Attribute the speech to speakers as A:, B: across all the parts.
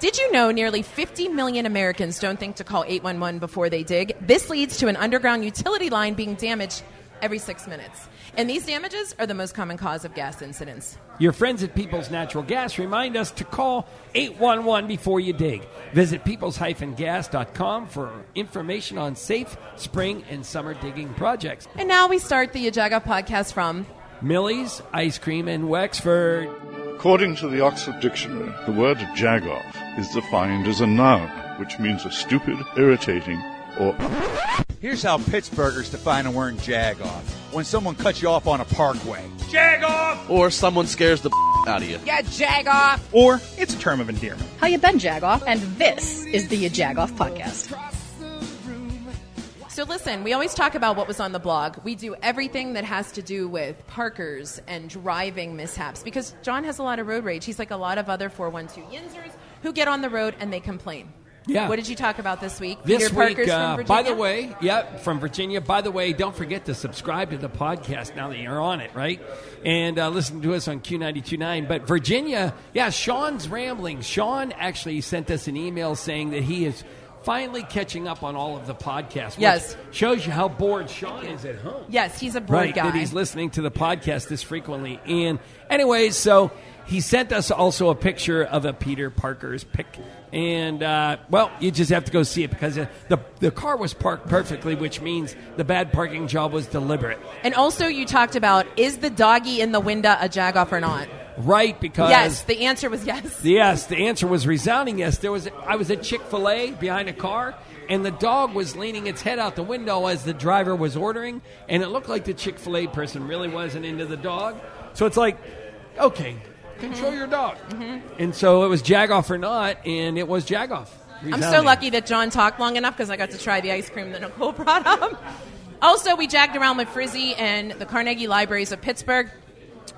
A: Did you know nearly 50 million Americans don't think to call 811 before they dig? This leads to an underground utility line being damaged every six minutes. And these damages are the most common cause of gas incidents.
B: Your friends at Peoples Natural Gas remind us to call 811 before you dig. Visit peoples-gas.com for information on safe spring and summer digging projects.
A: And now we start the Yajaga podcast from
B: Millie's Ice Cream in Wexford.
C: According to the Oxford Dictionary, the word jagoff is defined as a noun, which means a stupid, irritating, or
D: Here's how Pittsburghers define the word jag off. When someone cuts you off on a parkway. Jag off!
E: Or someone scares the out of you.
F: Yeah, jag off!
D: Or it's a term of endearment.
G: How you been, Jagoff? And this is the Jagoff Podcast.
A: So listen, we always talk about what was on the blog. We do everything that has to do with parkers and driving mishaps because John has a lot of road rage. He's like a lot of other 412 Yinzers who get on the road and they complain.
B: Yeah.
A: What did you talk about this week?
B: This
A: Peter
B: week,
A: Parker's
B: uh,
A: from
B: by the
A: Virginia?
B: way, yeah, from Virginia. By the way, don't forget to subscribe to the podcast now that you're on it, right? And uh, listen to us on Q92.9. But Virginia, yeah, Sean's rambling. Sean actually sent us an email saying that he is finally catching up on all of the podcasts. which
A: Yes.
B: Shows you how bored Sean is at home
A: yes, he's a board
B: right,
A: guy.
B: that he's listening to the podcast this frequently. And anyways, so he sent us also a picture of a Peter Parker's pick. And uh, well, you just have to go see it because uh, the the car was parked perfectly, which means the bad parking job was deliberate,
A: and also, you talked about is the doggy in the window a jagoff or not?
B: right? Because
A: yes, the answer was yes.
B: Yes, the answer was resounding yes. There was I was at Chick Fil A behind a car, and the dog was leaning its head out the window as the driver was ordering, and it looked like the Chick Fil A person really wasn't into the dog. So it's like, okay, control your dog.
A: Mm-hmm.
B: And so it was Jagoff or not, and it was Jagoff.
A: I'm so
B: Resounding.
A: lucky that John talked long enough because I got to try the ice cream that Nicole brought up. Also, we jagged around with Frizzy and the Carnegie Libraries of Pittsburgh.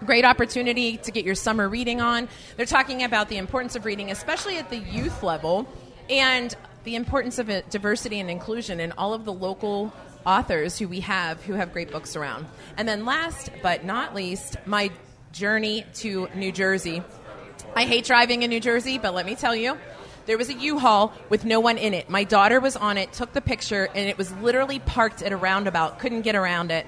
A: Great opportunity to get your summer reading on. They're talking about the importance of reading, especially at the youth level, and the importance of uh, diversity and inclusion in all of the local authors who we have who have great books around. And then, last but not least, my journey to New Jersey. I hate driving in New Jersey, but let me tell you, there was a U-Haul with no one in it. My daughter was on it, took the picture, and it was literally parked at a roundabout. Couldn't get around it.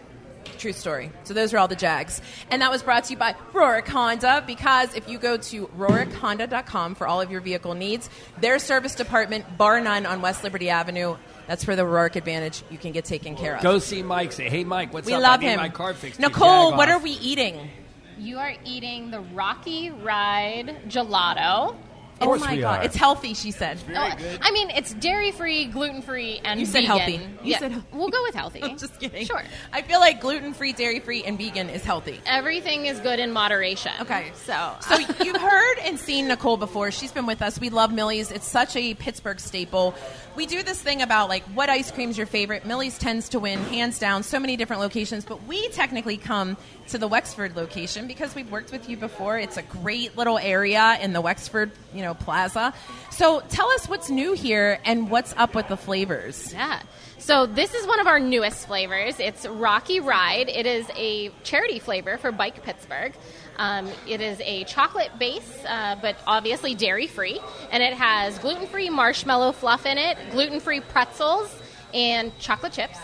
A: True story. So those are all the jags. And that was brought to you by Rorick Honda because if you go to rorickhonda.com for all of your vehicle needs, their service department, bar none on West Liberty Avenue, that's where the Rorick Advantage you can get taken care of.
B: Go see Mike. Say, hey, Mike, what's
A: we
B: up?
A: love
B: I need
A: him.
B: My car fixed. You
A: Nicole, what
B: Jagoff.
A: are we eating?
H: You are eating the Rocky Ride gelato.
B: Of course
A: oh my
B: we
A: god,
B: are.
A: it's healthy, she said.
H: Oh, I mean, it's dairy free, gluten free, and
A: You said
H: vegan.
A: healthy. You
H: yeah,
A: said healthy.
H: we'll go with healthy.
A: I'm just kidding.
H: Sure.
A: I feel like gluten free, dairy free, and vegan is healthy.
H: Everything is good in moderation.
A: Okay,
H: so
A: So you've heard and seen Nicole before. She's been with us. We love Millie's. It's such a Pittsburgh staple. We do this thing about like what ice cream's your favorite. Millie's tends to win hands down. So many different locations, but we technically come to the Wexford location because we've worked with you before. It's a great little area in the Wexford, you know, plaza. So tell us what's new here and what's up with the flavors.
H: Yeah. So this is one of our newest flavors. It's Rocky Ride. It is a charity flavor for Bike Pittsburgh. Um, it is a chocolate base, uh, but obviously dairy free, and it has gluten free marshmallow fluff in it, gluten free pretzels, and chocolate chips.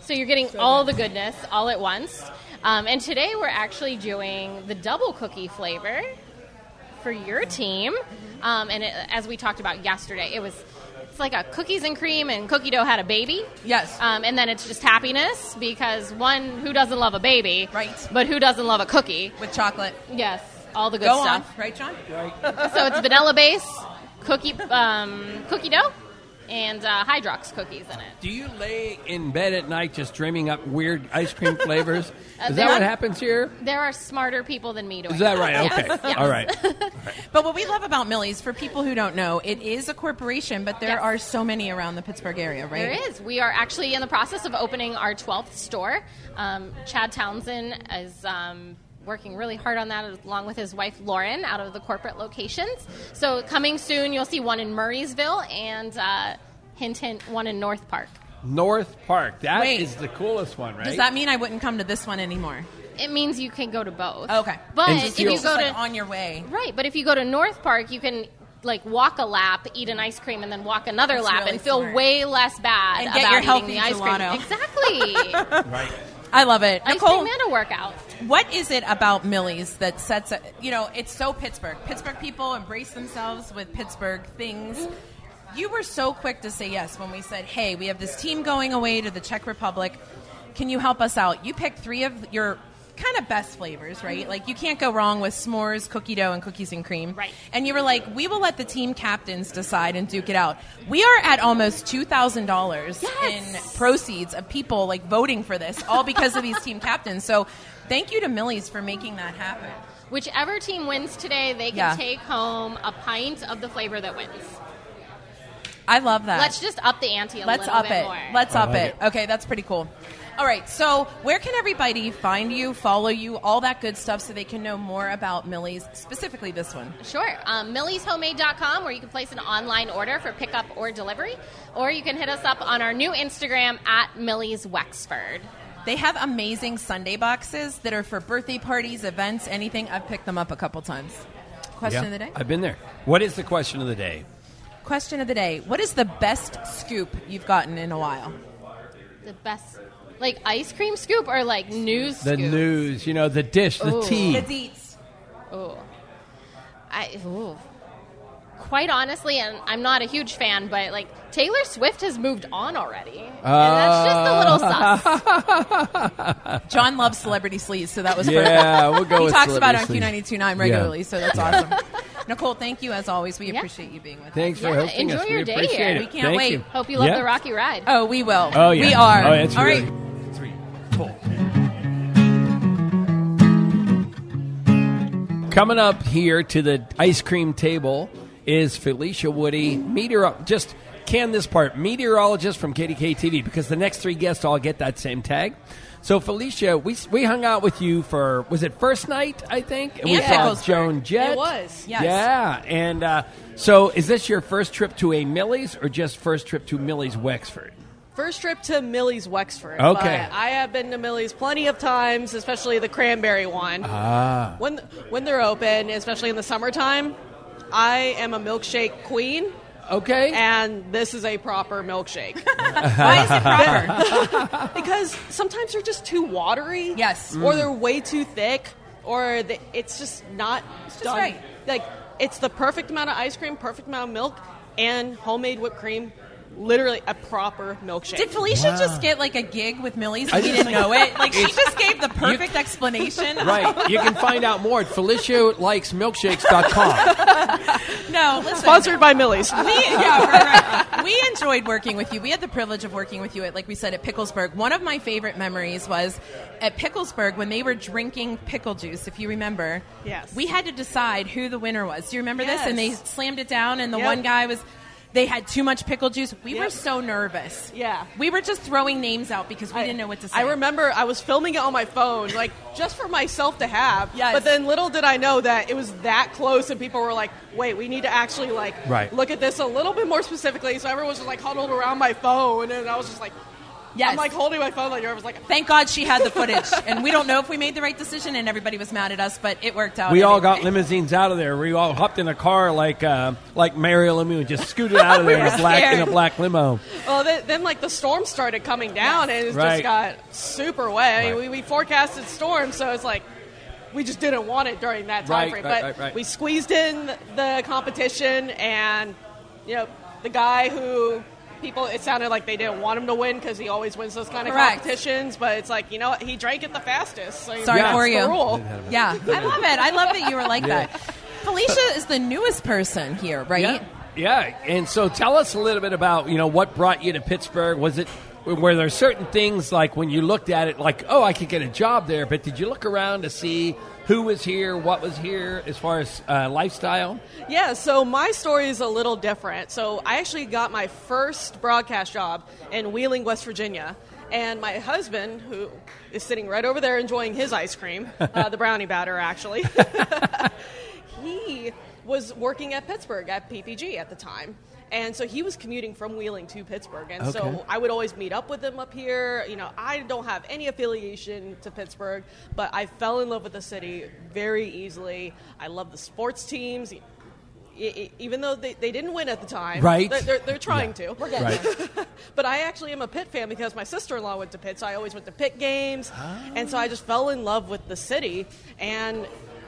H: So you're getting all the goodness all at once. Um, and today we're actually doing the double cookie flavor for your team. Um, and it, as we talked about yesterday, it was it's like a cookies and cream and cookie dough had a baby.
A: Yes.
H: Um, and then it's just happiness because one, who doesn't love a baby?
A: Right.
H: But who doesn't love a cookie?
A: With chocolate.
H: Yes, all the good
A: Go
H: stuff.
A: on, right, John?
H: So it's vanilla base, cookie um, cookie dough, and uh, Hydrox cookies in it.
B: Do you lay in bed at night just dreaming up weird ice cream flavors?
H: Uh,
B: is
H: they
B: that what
H: are-
B: happens here?
H: There are smarter people than me doing
B: Is that right?
H: Yes,
B: Okay.
H: yes.
B: All right.
A: But what we love about Millie's, for people who don't know, it is a corporation, but there
H: Yes.
A: are so many around the Pittsburgh area, right?
H: There is. We are actually in the process of opening our 12th store. Um, Chad Townsend is um, working really hard on that, along with his wife Lauren, out of the corporate locations. So coming soon, you'll see one in Murraysville and uh, hint hint one in North Park.
B: North Park. That is
A: Wait.
B: the coolest one, right?
A: Does that mean I wouldn't come to this one anymore?
H: It means you can go to both.
A: Okay.
H: But
B: And
H: if
B: see
H: you
B: all-
H: go
A: Just
H: to
A: like on your way.
H: right, but if you go to North Park, you can like walk a lap, eat an ice cream, and then walk another
A: That's
H: lap,
A: really
H: and feel
A: smart.
H: way less bad
A: And
H: about
A: get your
H: eating
A: healthy
H: the ice
A: gelato.
H: cream. Exactly.
A: I love it.
H: ice
A: Nicole,
H: cream and a workout.
A: what is it about Millie's that sets a, you know, it's so Pittsburgh. Pittsburgh people embrace themselves with Pittsburgh things. You were so quick to say yes when we said, "Hey, we have this team going away to the Czech Republic. Can you help us out?" You picked 3 of your kind of best flavors,
H: Mm-hmm.
A: right? Like you can't go wrong with s'mores, cookie dough, and cookies and cream.
H: Right.
A: And you were like, "We will let the team captains decide and duke it out." We are at almost $2,000 in
H: Yes.
A: proceeds of people like voting for this, all because of these team captains. So thank you to Millie's for making that happen.
H: Whichever team wins today, they can
A: Yeah.
H: take home a pint of the flavor that wins.
A: I love that.
H: Let's just up the ante a
A: Let's
H: little
A: up
H: bit
A: it.
H: more.
A: Let's
B: I
A: up
B: like
A: it. Okay, that's pretty cool. All right, so where can everybody find you, follow you, all that good stuff so they can know more about Millie's, specifically this one?
H: Sure. Um, MilliesHomemade.com, where you can place an online order for pickup or delivery, or you can hit us up on our new Instagram at Millie's Wexford.
A: They have amazing Sunday boxes that are for birthday parties, events, anything. I've picked them up a couple times. Question of the day?
B: I've been there. What is the question of the day?
A: Question of the day. What is the best scoop you've gotten in a while?
H: The best, like ice cream scoop or like news
B: The
H: scoop.
B: news, you know, the dish, the
H: Ooh.
B: tea.
A: The deets.
H: Ooh. I, ooh. Quite honestly, and I'm not a huge fan, but like Taylor Swift has moved on already. and that's just a little sus.
A: John loves celebrity sleaze, so that was
B: Yeah, we'll go
A: He
B: with
A: talks about it on
B: celebrity
A: Q929
B: sleaze.
A: regularly,
B: Yeah.
A: so that's awesome. Nicole, thank you as always. We
H: Yeah.
A: appreciate you being with us.
B: Thanks for
H: Yeah,
B: hosting
H: enjoy
B: us.
H: your
B: we
H: day
B: appreciate
H: here.
B: it.
A: We can't
B: Thank
A: wait.
B: You.
H: Hope you love
B: Yeah.
H: the Rocky Ride.
A: Oh, we will.
B: Oh, yeah.
A: We are.
B: Oh, it's
A: All
B: really-
A: right.
B: Coming up here to the ice cream table is Felicia Woody, meteor. Just can this part, meteorologist from KDK TV, because the next three guests all get that same tag. So Felicia, we we hung out with you for was it first night I think, and we
A: And
B: saw
A: Picklesburg.
B: Joan Jett.
F: It was,
A: yes.
B: yeah. And uh, so, is this your first trip to a Millie's or just first trip to Millie's Wexford?
F: First trip to Millie's Wexford.
B: Okay.
F: But I have been to Millie's plenty of times, especially the cranberry one. Ah. When when they're open, especially in the summertime, I am a milkshake queen,
B: Okay,
F: and this is a proper milkshake
A: Why is it proper?
F: because sometimes they're just too watery.
A: Yes. Mm.
F: Or they're way too thick, or the, it's just not
A: just
F: done.
A: right.
F: Like it's the perfect amount of ice cream, perfect amount of milk, and homemade whipped cream. Literally a proper milkshake.
A: Did Felicia just get like a gig with Millie's and we didn't know it? Like she just gave the perfect explanation.
B: right. You can find out more at FeliciaLikesMilkshakes.com.
A: No, listen.
F: Sponsored by Millie's.
A: We, yeah, right, right. we enjoyed working with you. We had the privilege of working with you at, like we said, at Picklesburg. One of my favorite memories was at Picklesburg when they were drinking pickle juice, if you remember.
F: Yes.
A: We had to decide who the winner was. Do you remember this? And they
F: Yes.
A: slammed it down, and the
F: Yep.
A: one guy was. They had too much pickle juice. We were
F: Yep.
A: so nervous.
F: Yeah.
A: We were just throwing names out because we didn't know what to say.
F: I remember I was filming it on my phone, like just for myself to have.
A: Yes.
F: But then little did I know that it was that close, and people were like, "Wait, we need to actually like
B: Right.
F: look at this a little bit more specifically." So everyone was just like huddled around my phone, and I was just like,
A: Yes.
F: I'm like holding my phone, like I was like,
A: Thank God she had the footage. and we don't know if we made the right decision, and everybody was mad at us, but it worked out.
B: We all
A: Everything-
B: got limousines out of there. We all hopped in a car like uh, like Mario Lemieux, just scooted out of
A: We
B: there in
A: were
B: a black
A: scared.
B: in a black limo.
F: "Well." Then, then like the storm started coming down, and it
B: Right.
F: just got super wet.
B: Right.
F: We, we forecasted storm, so it's like. We just didn't want it during that time
B: Right,
F: frame,
B: right,
F: but
B: right, right.
F: we squeezed in the competition, and you know the guy who people it sounded like they didn't want him to win because he always wins those kind of
A: Correct.
F: competitions. But it's like you know what? he drank it the fastest. So
A: Sorry
B: Yeah.
A: for
F: that's
A: you.
F: The rule.
A: Yeah, I love it. I love that you were like that. Felicia is the newest person here, right?
B: Yeah, and so tell us a little bit about you know what brought you to Pittsburgh. Was it were there certain things like when you looked at it, like oh I could get a job there, but did you look around to see who was here, what was here as far as uh, lifestyle?
F: Yeah, so my story is a little different. So I actually got my first broadcast job in Wheeling, West Virginia. And my husband, who is sitting right over there enjoying his ice cream, uh, the brownie batter actually, he was working at Pittsburgh at PPG at the time. And so he was commuting from Wheeling to Pittsburgh. And
B: Okay.
F: so I would always meet up with him up here. You know, I don't have any affiliation to Pittsburgh, but I fell in love with the city very easily. I love the sports teams e- e- even though they, they didn't win at the time,
B: Right.
F: They're, they're, they're trying to. We're
B: Right.
F: but I actually am a Pitt fan because my sister in law went to Pitt, so I always went to Pitt games.
B: Ah.
F: And so I just fell in love with the city. And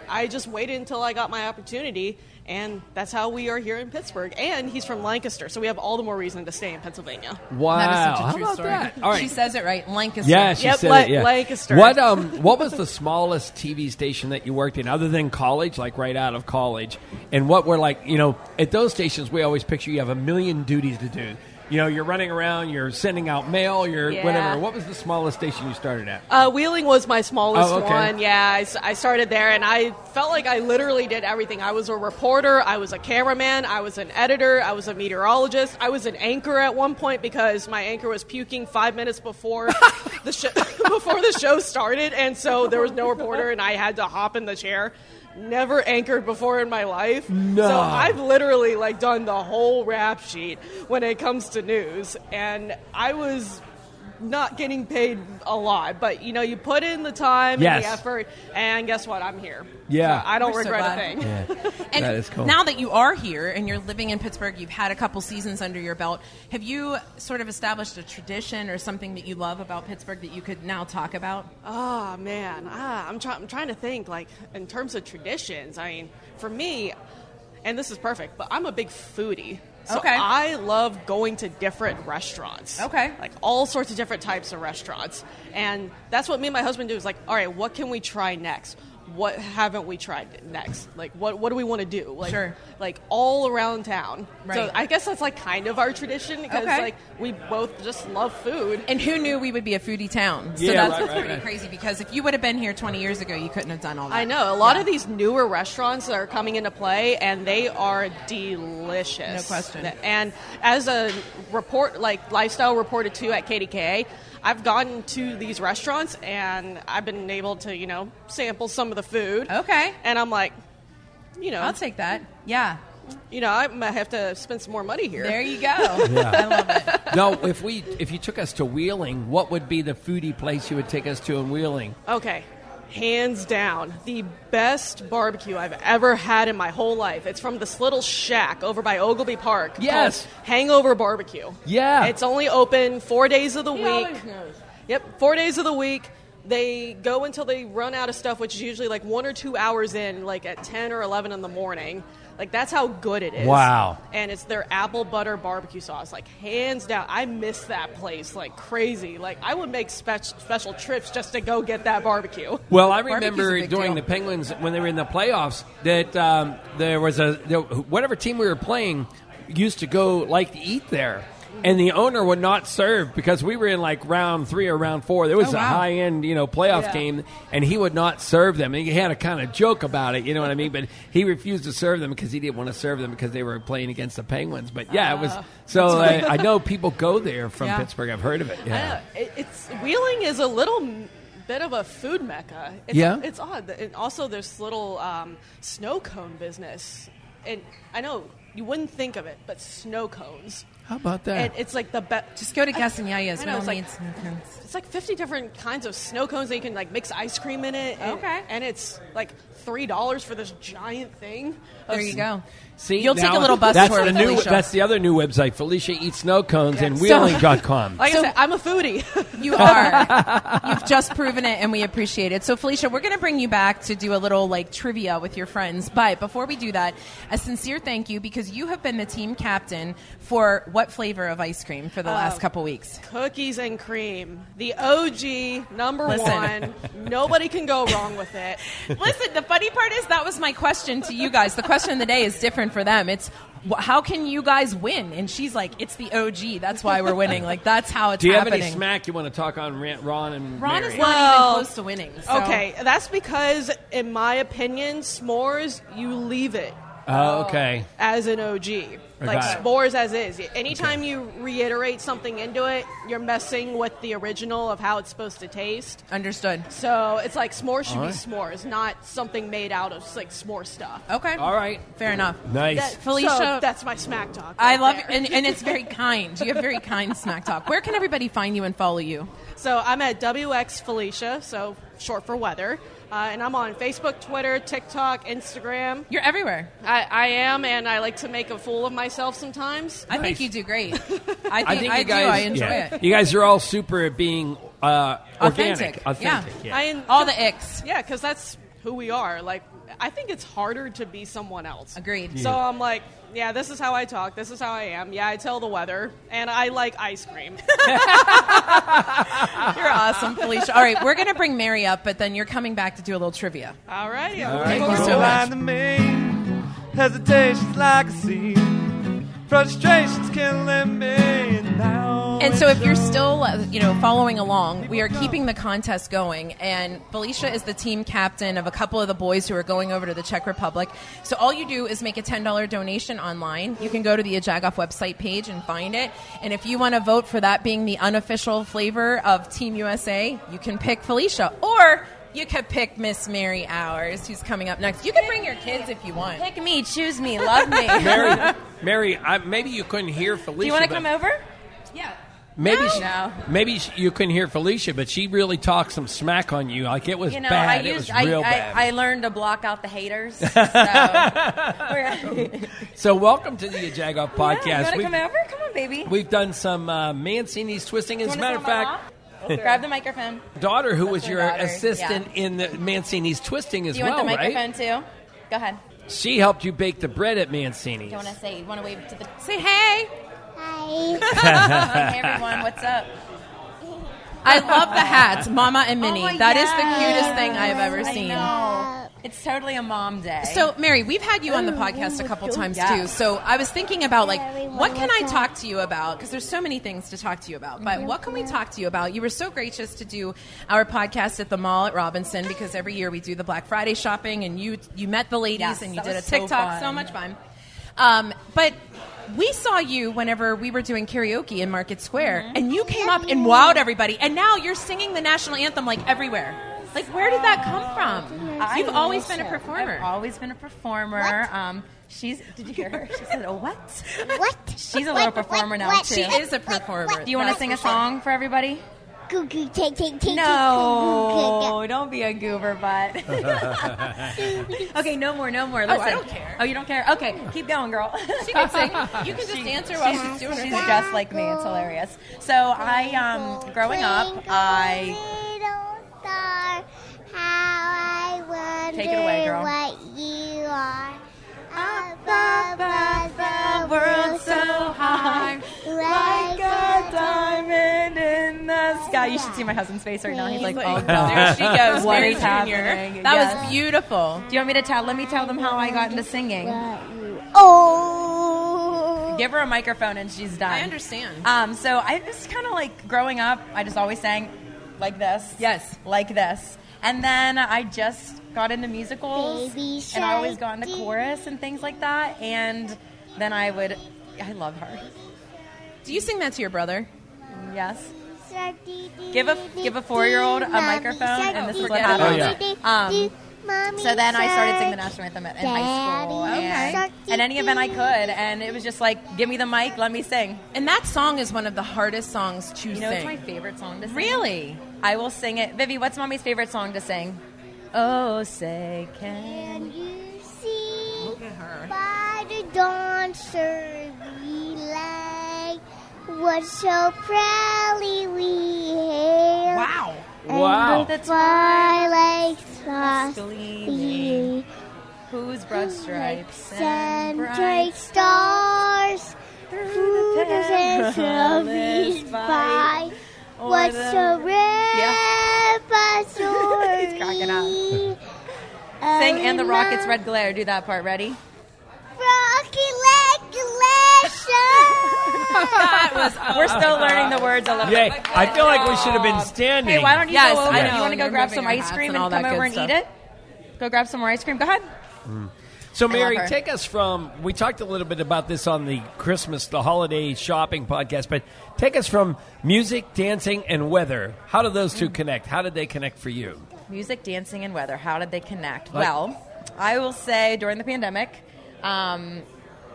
F: I just waited until I got my opportunity. And that's how we are here in Pittsburgh. And he's from Lancaster, so we have all the more reason to stay in Pennsylvania.
B: Wow.
A: That is such a
B: How
A: true
B: about
A: story.
B: that? All right.
A: She says it right. Lancaster.
B: yeah, she
F: Yep,
B: said
F: Lan-
B: it. Yeah.
F: Lancaster.
B: What um what was the smallest TV station that you worked in other than college, like right out of college? And what were like, you know, at those stations we always picture you have a million duties to do. You know, you're running around, you're sending out mail, you're
F: Yeah.
B: whatever. What was the smallest station you started at?
F: Uh, Wheeling was my smallest
B: Oh, okay.
F: one. Yeah, I, s- I started there, and I felt like I literally did everything. I was a reporter, I was a cameraman, I was an editor, I was a meteorologist, I was an anchor at one point because my anchor was puking five minutes before the show before the show started, and so there was no reporter, and I had to hop in the chair. Never anchored before in my life.
B: No.
F: So I've literally like done the whole rap sheet when it comes to news, and I was not getting paid a lot, but you know, you put in the time and
B: Yes.
F: the effort, and guess what? I'm here.
B: Yeah.
F: So I don't
A: We're so
F: regret a
A: glad.
F: thing.
A: And
B: That is cool.
A: now that you are here and you're living in Pittsburgh, you've had a couple seasons under your belt. Have you sort of established a tradition or something that you love about Pittsburgh that you could now talk about?
F: Oh man, ah, I'm, try- I'm trying to think like in terms of traditions. I mean, for me, and this is perfect, but I'm a big foodie. So
A: Okay.
F: I love going to different restaurants.
A: Okay.
F: Like all sorts of different types of restaurants. And that's what me and my husband do is like, all right, what can we try next? What haven't we tried next? Like what what do we want to do? Like
A: Sure.
F: like all around town.
A: Right.
F: So I guess that's like kind of our tradition because
A: Okay.
F: like we both just love food.
A: And who knew we would be a foodie town? So
B: Yeah,
A: that's
B: right,
A: what's
B: right,
A: pretty
B: right.
A: crazy because if you would have been here 20 years ago, you couldn't have done all that.
F: I know. A lot of these newer restaurants are coming into play, and they are delicious.
A: No question.
F: And as a report, like lifestyle reported to at KDK, I've gotten to these restaurants, and I've been able to, you know, sample some of the food.
A: Okay.
F: And I'm like, you know,
A: I'll take that. Yeah.
F: you know, I might have to spend some more money here.
A: There you go. I love it.
B: no, if we if you took us to Wheeling, what would be the foodie place you would take us to in Wheeling?
F: Okay. Hands down, the best barbecue I've ever had in my whole life. It's from this little shack over by Ogilvy Park. called
B: Yes.
F: Hangover Barbecue.
B: Yeah.
F: It's only open four days of the week.
A: always knows.
F: Yep, four days of the week. They go until they run out of stuff, which is usually like one or two hours in, like at 10 or 11 in the morning. Like, that's how good it is.
B: Wow.
F: And it's their apple butter barbecue sauce. Like, hands down, I miss that place like crazy. Like, I would make spe- special trips just to go get that barbecue.
B: Well, I
A: Barbecue's a
B: remember
A: big
B: during
A: deal.
B: the Penguins when they were in the playoffs that um, there was a there, whatever team we were playing used to go like to eat there, and the owner would not serve because we were in like round three or round four. There was
A: Oh,
B: a
A: wow.
B: high end you know playoff
F: Yeah.
B: game, and he would not serve them. And he had a kind of joke about it, you know what I mean? But he refused to serve them because he didn't want to serve them because they were playing against the Penguins. But yeah, it was so I, I know people go there from
A: Ah. Yeah.
B: Pittsburgh. I've heard of it.
F: I know.
B: Yeah,
F: It- It's Wheeling is a little m- bit of a food mecca. It's,
B: Yeah.
F: it's odd. And also, there's little um, snow cone business, and I know you wouldn't think of it, but snow cones.
B: how about that?
F: And it's like the best.
A: Just go to Castanellas.
F: I
A: We
F: know,
A: don't
F: it's like-
A: need snow cones.
F: It's like 50 different kinds of snow cones that you can like mix ice cream in it. And,
A: Okay.
F: And it's like three dollars for this giant thing. of
A: There you
F: s-
A: go.
B: See,
A: You'll take
B: now-
A: a little bus
B: that's
A: tour
B: the
A: with
B: new,
A: Felicia.
B: That's the other new website, Felicia Eats Snow Cones and Wheeling.com.
F: Like
A: So-
F: I said, I'm a foodie.
A: You are. You've just proven it, and we appreciate it. So, Felicia, we're going to bring you back to do a little like trivia with your friends. But before we do that, a sincere thank you because you have been the team captain for what flavor of ice cream for the last couple weeks?
F: Cookies and cream, the OG number
A: Listen.
F: one. Nobody can go wrong with it.
A: Listen, the funny part is that was my question to you guys. The question of the day is different for them. It's wh- how can you guys win? And she's like, it's the OG. That's why we're winning. Like that's how it's
B: Do you have
A: happening.
B: any smack you want to talk on Ran- Ron and
A: Ron
B: Mary?
A: is not
F: Well,
A: even close to winning. so-
F: Oh. Okay, that's because, in my opinion, s'mores, you leave it
B: oh, okay.
F: as an OG. Like
B: got it.
F: s'mores as is. Anytime you reiterate something into it, you're messing with the original of how it's supposed to taste.
A: Understood.
F: So it's like s'mores should
B: All
F: be
B: right.
F: s'mores, not something made out of like s'more stuff.
A: Okay.
B: All right.
A: Fair enough.
B: Nice.
F: That-
A: Felicia-
F: so that's my smack talk.
A: I
F: right
A: love
F: there.
A: it, and, and it's very kind. You have very kind smack talk. Where can everybody find you and follow you?
F: So I'm at WX Felicia, so short for weather. Uh, and I'm on Facebook, Twitter, TikTok, Instagram.
A: You're everywhere.
F: I, I am, and I like to make a fool of myself sometimes.
A: I think
B: Nice.
A: you do great. I think I,
B: think you
A: do.
B: guys,
A: I enjoy
B: yeah.
A: it.
B: You guys are all super at being uh, organic,
A: Authentic. Yeah.
B: authentic. Yeah.
F: I,
A: All the icks.
F: Yeah, because that's who we are. Like, I think it's harder to be someone else.
A: Agreed.
F: So I'm like, yeah, this is how I talk. This is how I am. Yeah, I tell the weather, and I like ice cream.
A: You're awesome, Felicia. All right, we're going to bring Mary up, but then you're coming back to do a little trivia.
F: All righty.
A: Thank you so much.
I: Hesitation's like a seed. Frustration's killing me.
A: And so, if you're still, uh, you know, following along, we are keeping the contest going. And Felicia is the team captain of a couple of the boys who are going over to the Czech Republic. So all you do is make a ten dollar donation online. You can go to the Ajagoff website page and find it. And if you want to vote for that being the unofficial flavor of Team USA, you can pick Felicia or. You could pick Miss Mary Hours, who's coming up next. You can bring your kids if you want.
J: Pick me, choose me, love me.
B: Mary, Mary I, maybe you couldn't hear Felicia.
J: Do you want to
B: but
J: come over?
B: Maybe she,
J: No.
B: maybe she, you couldn't hear Felicia, but she really talked some smack on you. Like it was
J: You know,
B: bad.
J: I
B: it
J: used
B: was real
J: I,
B: bad.
J: I, I learned to block out the haters. So We're-
B: so welcome to the Jagoff podcast.
J: Yeah, you want to
B: we've,
J: come over? Come on, baby.
B: we've done some uh, Mancini's twisting. As a
J: Wanna
B: matter of
J: smell my
B: fact,
J: mom? grab the microphone.
B: daughter who was
J: her
B: your
J: daughter,
B: assistant in the Mancini's twisting as
J: Do you
B: well,
J: want the microphone
B: right?
J: too? Go ahead.
B: She helped you bake the bread at Mancini's.
J: Do you want to say? You want to wave to the
A: Say hey.
J: hey everyone? What's up?
A: I love the hats, Mama and Minnie. That
J: Oh my
A: is the cutest thing Oh, I have ever seen.
J: I know. It's totally a mom day.
A: So, Mary, we've had you on
J: Oh,
A: the podcast a couple times
J: Yeah.
A: too. So, I was thinking about like, what can I talk to you about? Because there's so many things to talk to you about.
J: Mm-hmm.
A: But what can we talk to you about? You were so gracious to do our podcast at the mall at Robinson because every year we do the Black Friday shopping, and you you met the ladies
J: Yes,
A: and you
J: that
A: did a
J: was so
A: TikTok.
J: fun.
A: so much fun. Um, but we saw you whenever we were doing karaoke in Market Square,
J: Mm-hmm.
A: and you came up and wowed everybody. And now you're singing the national anthem like everywhere. Like, where did that
J: Oh,
A: come from?
J: I
A: You've always been a
J: worship.
A: performer.
J: I've always been a performer. Um, she's. Did you hear her? She said, "A what?"
K: What?
J: She's a little performer now too.
A: She is a performer.
J: Do you want to sing a song for everybody?
K: Goo goo take take take.
J: No, don't be a goober butt. okay, no more, no more. Listen.
A: I don't care.
J: Oh, you don't care? Okay, keep going, girl.
A: She can sing. You can just answer while she's doing her
J: She's
A: thing.
J: just like me. It's hilarious. So I, um, growing up, I
K: Little star, how I wonder
J: Take it away, girl.
K: what you are. Above, above the world so high, like a
J: diamond in the sky. You should see my husband's face right now. He's like, oh
A: There
J: god.
A: she goes,
J: What
A: Mary
J: is
A: Jr.
J: happening?
A: That was
J: Yes.
A: beautiful.
J: Do you want me to tell? Let me tell them how I got into singing.
K: diamond. Oh,
J: Give her a microphone and she's done.
A: I understand.
J: Um, so I just kind of like growing up, I just always sang like this.
A: Yes.
J: Like this. And then I just got into musicals.
K: Baby
J: and I always
K: shark,
J: got into
K: dee.
J: chorus and things like that. And then I would, I love her.
A: Do you sing that to your brother?
J: Yes.
K: Give a give a four year old a microphone, and this is what
J: Oh,
B: yeah.
K: happens.
J: Um,
K: Um,
J: So then I started singing the national anthem at, in high school.
K: Daddy shark,
J: And
K: dee,
J: at any event I
K: dee.
J: could. And it was just like, give me the mic, let me sing.
A: And that song is one of the hardest songs to
J: You know, it's
A: sing.
J: my favorite song to sing.
A: Really?
J: I will sing it. Vivi, what's mommy's favorite song to sing? Oh, say can
K: And you see by the dawn's early light what so proudly we hailed.
A: wow.
B: Wow.
K: And the twilight lost
J: gleaming, whose broad stripes
K: and
J: and
K: bright
J: bright
K: stars through the
J: perilous
K: trophies by
J: fight
K: what
J: the-
K: so
J: Yeah.
K: red but so
J: He's cracking up.
K: early.
J: Sing and the
K: Oh,
J: Rockets
K: my
J: Red Glare. Do that part. Ready?
K: Rocky regulation.
J: We're still learning the words a little
B: Yay!
J: bit.
B: I feel like we should have been standing.
J: Hey, why don't you
A: Yes,
J: go over?
A: I
J: You
A: know.
J: want to go
A: You're
J: grab
A: moving
J: some
A: your
J: ice
A: hats
J: cream
A: and
J: and,
A: all that
J: come over and
A: good
J: eat it? Go grab some more ice cream. Go ahead.
B: So, Mary,
J: her.
B: take us from. We talked a little bit about this on the Christmas, the holiday shopping podcast, but take us from music, dancing, and weather. How do those
J: Mm.
B: two connect? How did they connect for you?
J: Music, dancing, and weather. How did they connect?
B: Like-
J: well, I will say during the pandemic, um,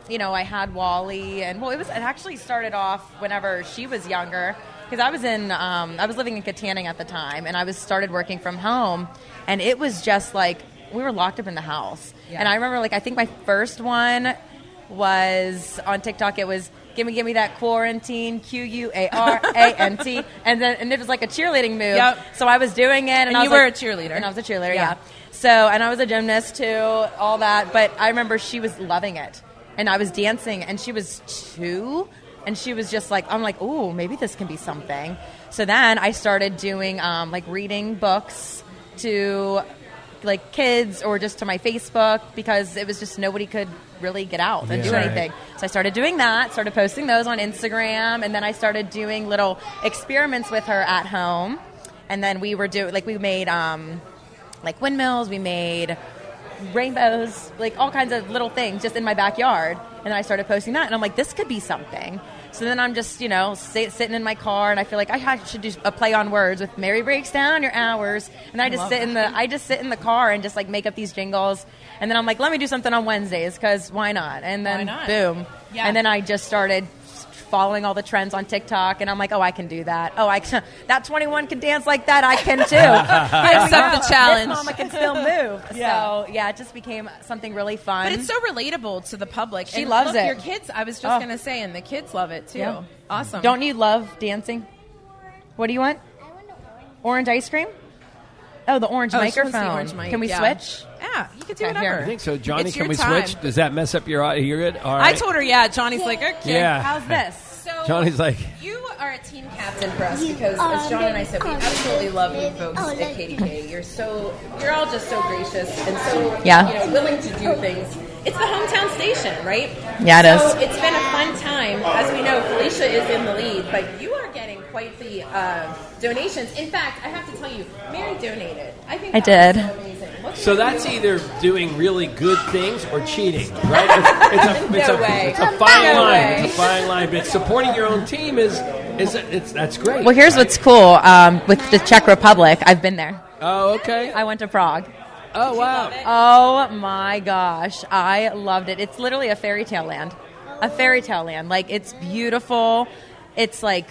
J: you know, I had Wally, and well, it was. It actually started off whenever she was younger. because I was in um, I was living in Katanning at the time, and I was started working from home, and it was just like we were locked up in the house.
K: Yeah.
J: And I remember like I think my first one was on TikTok. It was gimme gimme that quarantine Q U A R A N T, and then and it was like a cheerleading move.
A: Yep.
J: So I was doing it, and,
A: And
J: I
A: you
J: was,
A: were
J: like-
A: a cheerleader.
J: and I was a cheerleader.
A: Yeah.
J: yeah. So, and I was a gymnast too, all that. But I remember she was loving it. And I was dancing, and she was two. And she was just like, I'm like, ooh, maybe this can be something. So then I started doing, um, like, reading books to, like, kids or just to my Facebook because it was just nobody could really get out and
K: Yeah.
J: do
K: Right.
J: anything. So I started doing that, started posting those on Instagram, and then I started doing little experiments with her at home. And then we were doing, like, we made, um, like windmills. We made rainbows, like all kinds of little things just in my backyard. And then I started posting that, and I'm like, this could be something. So then I'm just, you know, sit, sitting in my car, and I feel like I ha- should do a play on words with "Mary breaks down your hours," and I
K: I
J: just
K: love
J: sit in the, I just sit in the car and just like make up these jingles, and then I'm like, let me do something on Wednesdays because why not? And then
K: Why not?
J: boom,
K: Yeah.
J: and then I just started following all the trends on TikTok, and I'm like, oh, I can do that. Oh, I can, that 21 can dance like that. I can too.
A: I accept the
J: This
A: challenge.
J: mama can still move.
A: Yeah.
J: So yeah, it just became something really fun.
A: But it's so relatable to the public.
J: She
A: And
J: loves
A: look,
J: it.
A: Your kids, I was just
J: Oh.
A: gonna say, and the kids love it too.
J: Yeah.
A: Awesome.
J: Don't you love dancing? What do you want? Orange ice cream. Oh, the orange
A: Oh, she wants the
J: microphone.
A: orange mic,
J: Can we
A: yeah.
J: switch?
A: Yeah, you can do
J: Okay,
A: whatever.
J: here.
B: I think so. Johnny,
A: It's
B: can
A: your
B: we
A: time.
B: switch? Does that mess up your audio? You're good? All right.
A: I told her, yeah. Johnny's like, okay.
B: Yeah.
J: How's this?
A: So
B: Johnny's like,
A: you are a team captain for us because, as John and I said, we absolutely love you folks at KDK. You're so, you're all just so gracious and so,
J: Yeah.
A: you know, willing to do things. It's the hometown station, right?
J: Yeah, it
A: so
J: is.
A: It's been a fun time. As we know, Felicia is in the lead, but you are getting quite the uh, donations. In fact, I have to tell you, Mary donated. I think
J: I
A: that
J: did.
A: was so amazing. What's
B: so
A: your-
B: that's either doing really good things or cheating, right? It's a, it's
A: No
B: a,
A: way.
B: It's a fine
A: No
B: line.
A: way.
B: It's a fine line. But supporting your own team is, is it's, that's great.
J: Well, here's
B: right?
J: what's cool um, with the Czech Republic. I've been there.
B: Oh, okay.
J: I went to Prague.
B: Oh, wow.
J: Oh my gosh, I loved it. It's literally a fairy tale land, a fairy tale land. Like it's beautiful. It's like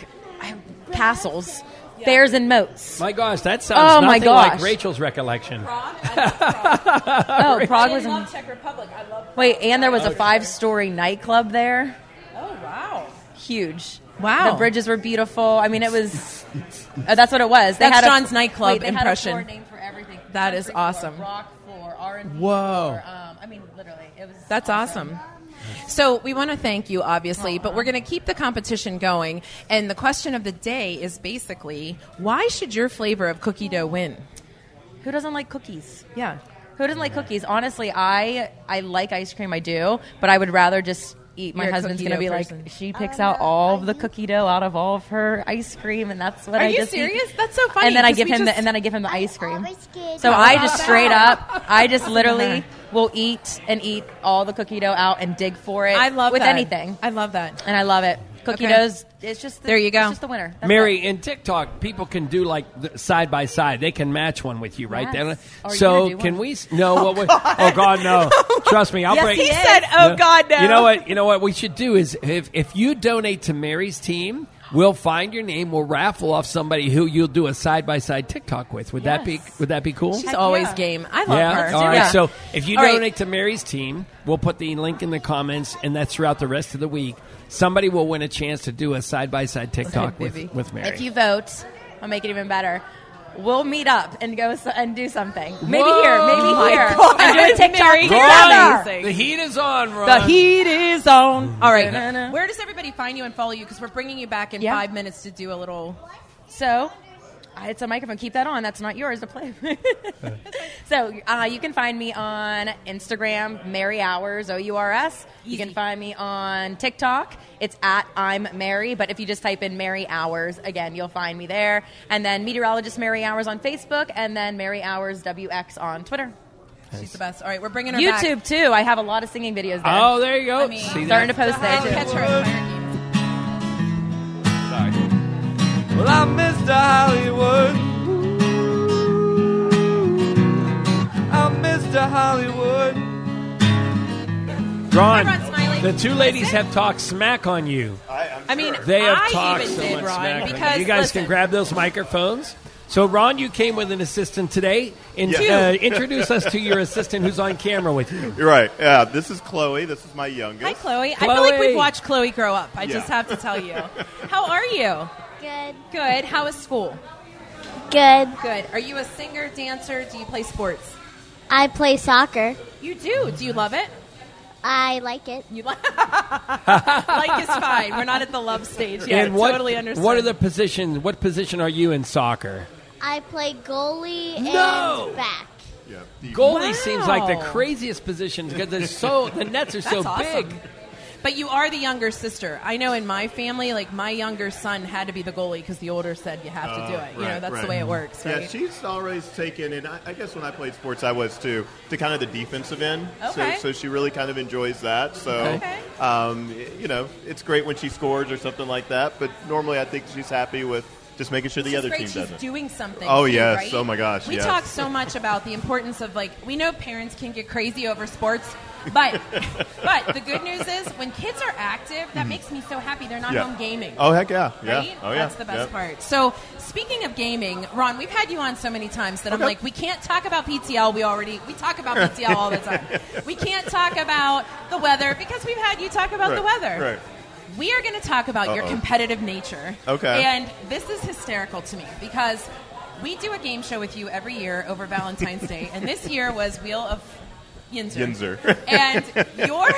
J: castles, bears and moats.
B: My gosh, that sounds
J: Oh, my
B: nothing like
J: gosh.
B: Rachel's recollection.
J: Oh, Prague was.
A: I
J: am-
A: love Czech Republic. I love.
J: Wait, and there was a five-story nightclub there.
A: Oh wow.
J: Huge.
A: Wow.
J: The bridges were beautiful. I mean, it was. uh, that's what it was. They
A: That's
J: had a-
A: John's nightclub
J: wait, they had a
A: impression.
J: floor name for everything.
A: That is
J: Country floor,
A: awesome.
J: rock floor, R&B
A: Whoa.
J: floor, um, I mean, literally, it was.
A: That's awesome. So we want to thank you, obviously, but we're going to keep the competition going. And the question of the day is basically, why should your flavor of cookie dough win?
J: Who doesn't like cookies?
A: Yeah.
J: Who doesn't like cookies? Honestly, I I like ice cream. I do, but I would rather just eat. My
A: You're a
J: husband's
A: cookie
J: gonna
A: dough
J: be
A: person.
J: like, she picks out all of the cookie dough out of all of her ice cream, and that's what
A: Are
J: I
A: you
J: just eat.
A: serious? That's so funny.
J: And then I
A: 'cause
J: give
A: we
J: him the
A: just-
J: and then I give him the ice cream.
L: get
J: So
L: that.
J: I just straight up, I just
A: Yeah.
J: literally will eat and eat all the cookie dough out and dig for it.
A: I love
J: with
A: that.
J: anything,
A: I love that.
J: and I love it. Cookie
A: Okay.
J: doughs, it's just the,
A: There you go.
J: It's just the winner. That's
B: Mary,
J: it.
B: in TikTok, people can do like the- side by side. They can match one with you, right?
J: Yes.
B: They don't-
J: Are you gonna
B: So
J: do
B: can
J: one?
B: we? s- No. what we, oh God, no. Trust me, I'll
J: Yes,
B: break.
J: he He is. said, "Oh, God, no."
B: You know what? You know what we should do is if if you donate to Mary's team. We'll find your name. We'll raffle off somebody who you'll do a side by side TikTok with. Would that be
J: Yes.
B: Would that be cool?
A: She's always
J: yeah.
A: game. I love
B: yeah.
A: her.
B: All right.
A: Yeah.
B: So if you
A: All right.
B: donate to Mary's team, we'll put the link in the comments, and that's throughout the rest of the week. Somebody will win a chance to do a side by side TikTok
A: baby.
B: with, with Mary.
J: If you vote, I'll make it even better. We'll meet up and go s- and do something. Maybe
B: Whoa.
J: here,
B: Oh
J: maybe
B: my
J: here.
A: God.
J: And do a TikTok
A: Mary,
J: together.
B: Ron,
A: Amazing.
B: the heat is on, Ron.
A: The heat is on. All right.
J: Da-na-na.
A: Where does everybody find you and follow you? Because we're bringing you back in
J: Yeah.
A: five minutes to do a little.
J: So, uh, it's a microphone. Keep that on. That's not yours to play. with. so, uh, you can find me on Instagram, Mary Hours, O U R S. You can find me on TikTok. It's at I'm Mary. But if you just type in Mary Hours, again, you'll find me there. And then meteorologist Mary Hours on Facebook, and then Mary Hours WX on Twitter.
A: She's the best. All right, we're bringing her back.
J: YouTube too. I have a lot of singing videos there.
B: Oh, there you go.
A: I mean,
B: See
J: starting to
B: that?
J: post there
A: And
J: too.
A: catch her at Fire Games.
M: Well, I missed Hollywood. I missed Hollywood.
B: Ron,
A: Everyone smiley.
B: The two ladies have talked smack on you.
A: I mean,
B: They have
A: I
B: talked
A: even
B: so
A: did,
B: much
A: Ron,
B: smack on you.
A: because
B: you guys
A: listen,
B: can grab those microphones. So, Ron, you came with an assistant today. And,
L: Yeah.
B: uh,
L: Two.
B: introduce us to your assistant who's on camera with you.
L: You're right. Yeah, this is Chloe. This is my youngest.
A: Hi, Chloe. I feel like
L: Chloe.
A: we've watched Chloe grow up. I
L: Yeah.
A: just have to tell you. How are you? Good. Good. How is school?
N: Good.
A: Good. Are you a singer, dancer? Do you play sports?
N: I play soccer.
A: You do. Do you love it?
N: I like it.
A: You like? like is fine. We're not at the love stage yet.
B: and what,
A: totally understand.
B: what are the positions? What position are you in soccer?
N: I play goalie
B: No!
N: and back.
B: Goalie seems like the
A: Wow.
B: craziest position because they're so the nets are so
A: That's awesome.
B: big.
A: But you are the younger sister. I know in my family, like my younger son had to be the goalie because the older said you have to do it. you know,
L: Uh, Right,
A: that's the
L: right.
A: way it works.
L: Yeah,
A: Right?
L: she's always taken, and I, I guess when I played sports, I was too, to kind of the defensive end.
A: Okay.
L: So, so she really kind of enjoys that. So,
A: Okay.
L: um, y- you know, it's great when she scores or something like that, but normally I think she's happy with just making sure the
A: It's
L: other
A: great
L: team
A: she's
L: doesn't.
A: doing something.
L: Oh,
A: too,
L: yes.
A: right?
L: Oh, my gosh,
A: We
L: yes.
A: talk so much about the importance of like we know parents can get crazy over sports, but but the good news is when kids are active, that makes me so happy. They're not
L: Mm-hmm. Yeah.
A: home gaming.
L: Oh, heck yeah. Yeah.
A: Right?
L: Oh, yeah.
A: That's the best
L: Yeah.
A: part. So speaking of gaming, Ron, we've had you on so many times that I'm
L: Okay.
A: like, we can't talk about PTL. We already we talk about PTL all the time. we can't talk about the weather because we've had you talk about the
L: Right,
A: weather.
L: Right.
A: We are going to talk about your
L: Uh-oh.
A: competitive nature.
L: Okay.
A: And this is hysterical to me because we do a game show with you every year over Valentine's Day, and this year was Wheel of Yinzer.
L: Yinzer.
A: and your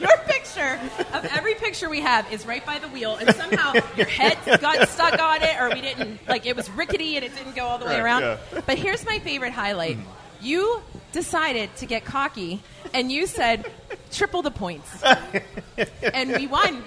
A: your picture of every picture we have is right by the wheel, and somehow your head got stuck on it, or we didn't like it was rickety and it didn't go all the way
L: Right,
A: around.
L: yeah.
A: But here's my favorite highlight: you decided to get cocky, and you said triple the points, and we won.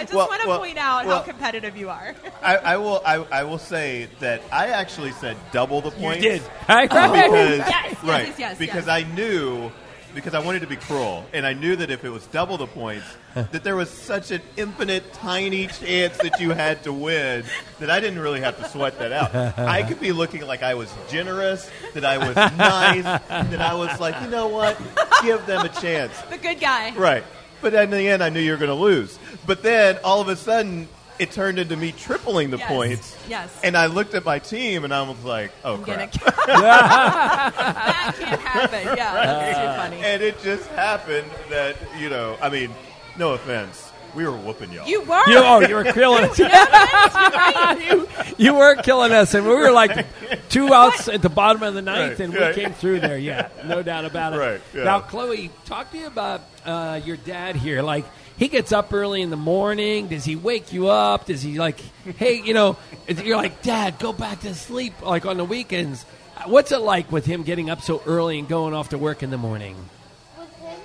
A: I just
L: Well,
A: want to
L: well,
A: point out
L: well-
A: how competitive you are.
L: I, I will. I, I will say that I actually said double the points.
B: did. I-
L: because,
A: Yes, yes,
L: right,
A: yes, yes,
L: because
A: yes.
L: I knew because I wanted to be cruel, and I knew that if it was double the points, that there was such an infinite tiny chance that you had to win that I didn't really have to sweat that out. I could be looking like I was generous, that I was nice, that I was like, you know what, give them a chance.
A: the good guy.
L: Right. But in the end, I knew you were going to lose. But then all of a sudden, it turned into me tripling the
A: Yes.
L: points.
A: Yes.
L: And I looked at my team and I was like, oh, crap.
A: that can't happen. Yeah, that's too funny.
L: And it just happened that, you know, I mean, no offense, we were whooping y'all.
A: You were.
B: You, oh, you were killing us.
A: you
B: You were killing us, and we were like two outs at the bottom of the
L: Right,
B: ninth, and
L: yeah.
B: we came through there. Yeah, no doubt about it.
L: Right, yeah.
B: Now, Chloe, talk to you about uh, your dad here. Like, he gets up early in the morning. Does he wake you up? Does he like, hey, you know, is- you're like, Dad, go back to sleep. Like on the weekends, what's it like with him getting up so early and going off to work in the morning?
N: With him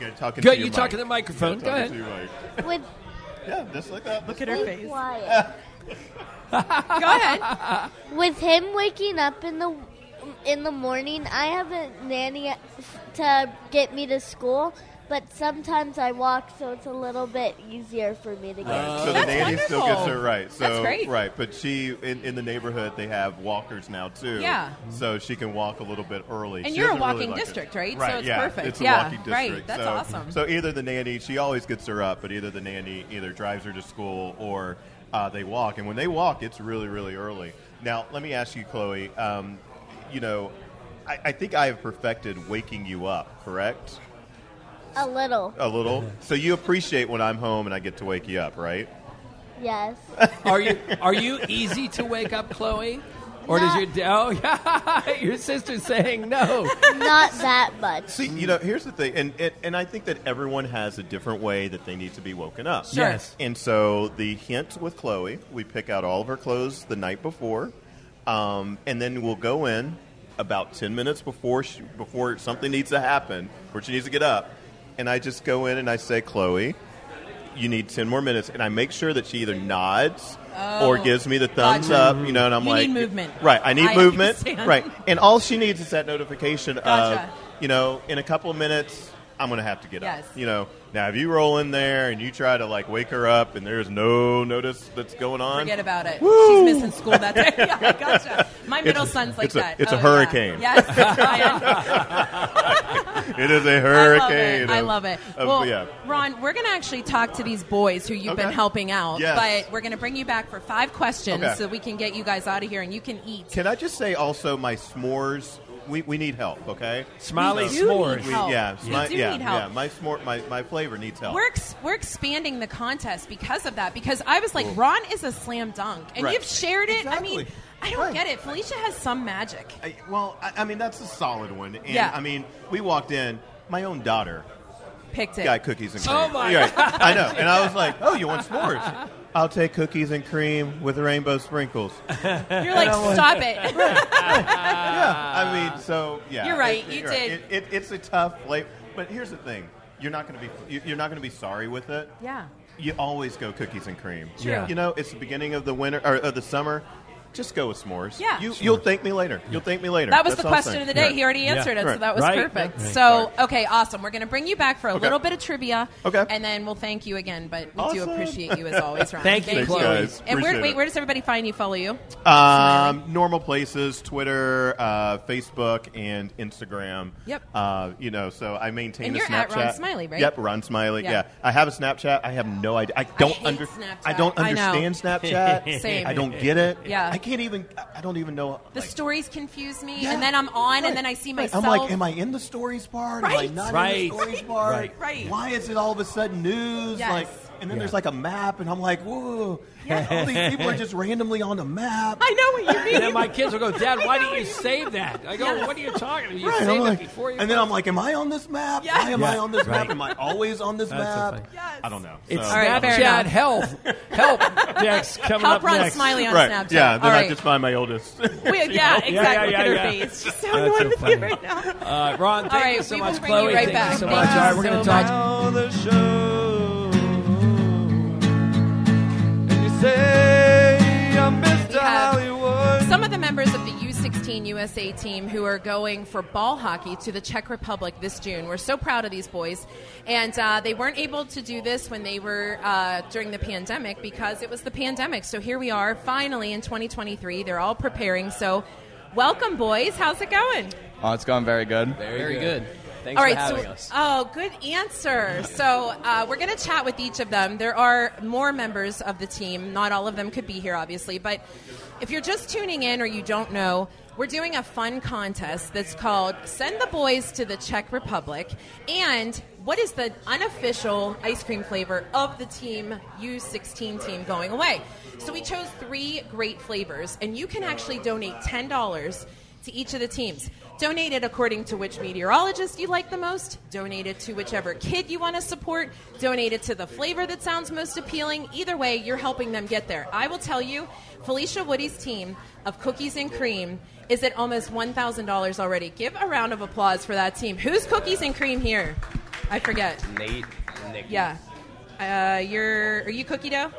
L: You're talking
B: Go-
L: to your
B: you
L: mic.
B: talk to the microphone.
L: You gotta
B: Go
L: talk to
N: going with
L: your mic. Yeah, just like that.
A: Look at her
N: be
A: face.
N: quiet.
A: Go ahead.
N: With him waking up in the in the morning, I have a nanny to get me to school, but sometimes I walk, so it's a little bit easier for me to get.
L: Right. Uh, So
A: That's
L: the nanny still gets
A: wonderful.
L: her right. So
A: That's great.
L: right, but she in, in the neighborhood they have walkers now too.
A: Yeah.
L: So she can walk a little bit early.
A: And
L: She
A: you're a
L: doesn't really
A: walking
L: like it.
A: district, right? So
L: Right.
A: it's
L: yeah.
A: perfect.
L: It's a
A: Yeah.
L: walking
A: Right.
L: district.
A: That's
L: so,
A: awesome.
L: So either the nanny, she always gets her up, but either the nanny either drives her to school or uh, they walk. And when they walk, it's really really early. Now let me ask you, Chloe. Um, you know, I, I think I have perfected waking you up. Correct?
N: A little,
L: A little. so you appreciate when I'm home and I get to wake you up, right?
N: yes.
B: Are you are you easy to wake up, Chloe? Or does
N: No.
B: your da- oh yeah, your sister's saying no.
N: Not that much.
L: See, you know, here's the thing, and, and and I think that everyone has a different way that they need to be woken up.
B: Sure. Yes.
L: And so the hint with Chloe, we pick out all of her clothes the night before, um, and then we'll go in about ten minutes before she, before something needs to happen, where she needs to get up, and I just go in and I say, Chloe, you need ten more minutes, and I make sure that she either nods. or
A: Oh,
L: gives me the thumbs
A: gotcha.
L: up, you know, and I'm
A: You
L: like,
A: need movement.
L: right? I need
A: I
L: movement,
A: understand.
L: right? And all she needs is that notification
A: Gotcha.
L: of, you know, in a couple of minutes, I'm going to have to get
A: Yes.
L: up. You know, Now, if you roll in there and you try to like wake her up, and there's no notice that's going on,
A: Forget about it.
L: Woo!
A: She's missing school that day. Yeah, I gotcha. My
L: It's-
A: middle son's like
L: it's a-
A: that. Oh,
L: it's a
A: yeah.
L: hurricane.
A: Yes. I am.
L: it is a hurricane.
A: I
L: of-
A: love it. I
L: of-
A: love it. Well,
L: yeah.
A: Ron, we're going to actually talk to these boys who you've been
L: Okay.
A: helping out,
L: Yes.
A: but we're going to bring you back for five questions
L: Okay.
A: so we can get you guys out of here and you can eat.
L: Can I just say also my s'mores? We, we need help, okay?
B: Smiley You do s'mores. need
L: We-
A: help.
L: yeah,
A: You
L: smi-
A: do
L: yeah,
A: need help.
L: yeah. My s'more, my, my flavor needs help.
A: We're, ex- we're expanding the contest because of that. Because I was like, Ron is a slam dunk, and
L: Right.
A: you've shared it. I mean,
L: Exactly.
A: I don't get it. Felicia has some magic.
L: I, well, I, I mean that's a solid one. And
A: Yeah.
L: I mean, we walked in. My own daughter
A: Picked it.
L: got cookies and cream.
A: Oh my
L: Yeah,
A: gosh.
L: I know, and I was like, "Oh, you want s'mores? I'll take cookies and cream with rainbow sprinkles."
A: You're like, stop it.
L: I mean, so yeah,
A: You're right, you did.
L: It, it, it's a tough play, but here's the thing: you're not going to be you- you're not going to be sorry with it.
A: Yeah.
L: You always go cookies and cream.
A: True. Yeah.
L: You know, it's the beginning of the winter or of the summer. Just go with s'mores.
A: Yeah.
L: You, You'll thank me later. You'll thank me later.
A: That was
L: That's
A: the
L: all I'm
A: question
L: saying.
A: of the day.
L: Right.
A: He already
L: Yeah.
A: answered it, so
L: Right.
A: that was
L: Right.
A: perfect.
L: Yeah.
A: So, okay, awesome. We're going to bring you back for a
L: Okay.
A: little bit of trivia.
L: Okay.
A: And then we'll thank you again, but we do
L: Awesome.
A: appreciate you as always, Ron.
L: Thank you, Chloe. Thanks, guys.
A: And where,
L: Appreciate
A: wait,
L: it.
A: where does everybody find you, follow you?
L: Um, normal places: Twitter, uh, Facebook, and Instagram.
A: Yep.
L: Uh, you know, so I maintain
A: And
L: a
A: you're
L: Snapchat.
A: at Ron Smiley, right?
L: Yep, Ron Smiley.
A: Yeah.
L: Yeah. I have a Snapchat. I have no idea. I don't
A: hate
L: under.
A: Snapchat.
L: I don't
A: I know.
L: understand Snapchat.
A: Same.
L: I don't get it.
A: Yeah.
L: I can't even. I don't even know.
A: The stories confuse me,
L: Yeah.
A: and then I'm on,
L: Right.
A: and then I see
L: Right.
A: myself.
L: I'm like, am I in the stories part? Am I
A: Right.
L: not
B: Right.
L: in the stories
B: Right.
L: part?
B: Right.
A: Right.
L: Why is it all of a sudden news?
A: Yes.
L: Like, and then
B: Yeah.
L: there's like a map, and I'm like, whoa! All these people are just randomly on the map.
A: I know what you mean.
B: And then my kids will go, Dad, why didn't you save that? I go,
A: Yes.
B: What are you talking about? You
L: Right, I'm
B: saved
L: like-
B: it before you.
L: and then I'm like, am I on this map?
A: Yeah.
L: Why am I
B: Yeah,
L: on this
B: right.
L: map? Am I always on this
B: That's the
L: map?
B: thing.
L: I don't know.
B: It's
L: So-
A: right, fair
B: Snapchat
A: enough.
B: health. Help Dex coming
A: Help
B: up
A: Ron
B: next.
A: Smiley on
L: right.
A: Snapchat.
L: Yeah, then
A: All
L: I
A: right.
L: just find my oldest.
A: We- yeah, exactly.
B: yeah,
A: Look
B: yeah,
A: at her
B: yeah.
A: face. She's so
B: That's
A: annoyed
B: so
A: with
B: funny.
A: you right now.
B: Uh, Ron, thank
A: All right,
B: you so
A: we will
B: much,
A: bring you
B: Chloe.
A: right
B: thank
A: back.
B: you so
A: Thank
B: much.
A: you
B: All right, we're
A: so
B: gonna talk.
M: Now the show. And you say I'm Mr.
A: We have
M: Hollywood.
A: Some of the members of the U16 USA team who are going for ball hockey to the Czech Republic this June. We're so proud of these boys. And uh, they weren't able to do this when they were uh, during the pandemic because it was the pandemic. So here we are, finally in 2023. They're all preparing. So welcome, boys. How's it going?
O: Oh, it's gone very good. Very,
P: good. Thanks
A: all right.
P: for having
A: so,
P: us.
A: oh, good answer. So uh, we're going to chat with each of them. There are more members of the team. Not all of them could be here, obviously. But if you're just tuning in or you don't know, we're doing a fun contest that's called "Send the Boys to the Czech Republic." And what is the unofficial ice cream flavor of the team U16 team going away? So we chose three great flavors, and you can actually donate ten dollars to each of the teams. Donate it according to which meteorologist you like the most. Donate it to whichever kid you want to support. Donate it to the flavor that sounds most appealing. Either way, you're helping them get there. I will tell you, Felicia Woody's team of Cookies and Cream is at almost $1,000 already. Give a round of applause for that team. Who's Cookies and Cream here? I forget.
P: Nate, Nick.
A: Yeah. Uh, you're are you cookie dough?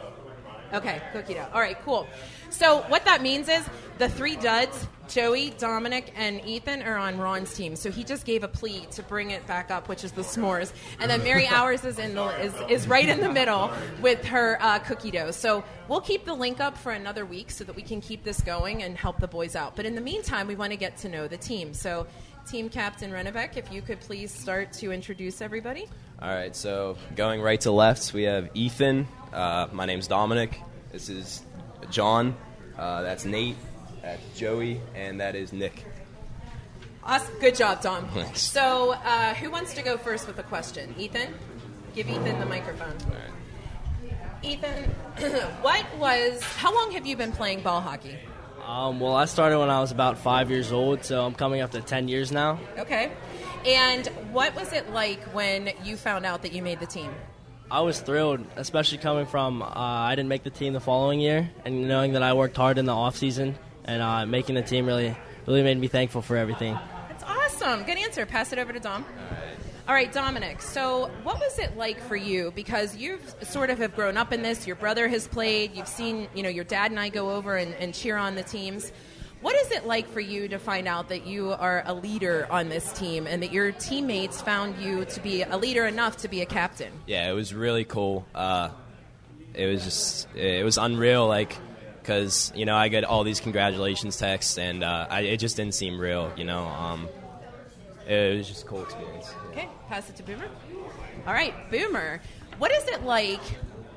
A: Okay, cookie dough. All right, cool. So what that means is the three duds, Joey, Dominic, and Ethan are on Ron's team. So he just gave a plea to bring it back up, which is the s'mores. And then Mary Hours is in the is, is right in the middle with her uh, cookie dough. So we'll keep the link up for another week so that we can keep this going and help the boys out. But in the meantime, we want to get to know the team. So team captain Renevek, if you could please start to introduce everybody.
P: All right, so going right to left, we have Ethan. Uh, my name's Dominic. This is John. Uh, that's Nate. That's Joey, and that is Nick.
A: Awesome. Good job, Dom.
P: Thanks.
A: So, uh, who wants to go first with a question? Ethan? Give Ethan the microphone. Ethan, what was, how long have you been playing ball hockey?
Q: Um, well, I started when I was about five years old, so I'm coming up to 10 years now.
A: Okay. And what was it like when you found out that you made the team?
Q: I was thrilled, especially coming from uh, I didn't make the team the following year, and knowing that I worked hard in the off season and uh, making the team really, really made me thankful for everything.
A: That's awesome. Good answer. Pass it over to Dom. All right, Dominic. So, what was it like for you? Because you've sort of have grown up in this. Your brother has played. You've seen, you know, your dad and I go over and, and cheer on the teams. What is it like for you to find out that you are a leader on this team and that your teammates found you to be a leader enough to be a captain?
P: Yeah, it was really cool. Uh, it was just it was unreal, like because you know I get all these congratulations texts and uh, I, it just didn't seem real, you know. Um, it was just a cool experience.
A: Okay, pass it to Boomer. All right, Boomer, what is it like?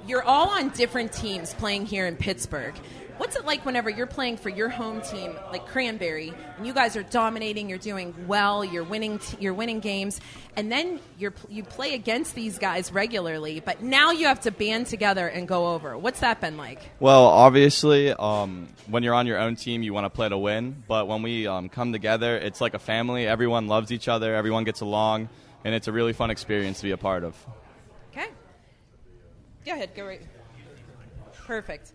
A: You're all on different teams playing here in Pittsburgh. What's it like whenever you're playing for your home team, like Cranberry, and you guys are dominating, you're doing well, you're winning, t- you're winning games, and then you're, pl- you play against these guys regularly, but now you have to band together and go over. What's that been like?
O: Well, obviously, um, when you're on your own team, you want to play to win. But when we um, come together, it's like a family. Everyone loves each other. Everyone gets along, and it's a really fun experience to be a part of.
A: Okay. Go ahead. Go right. Perfect.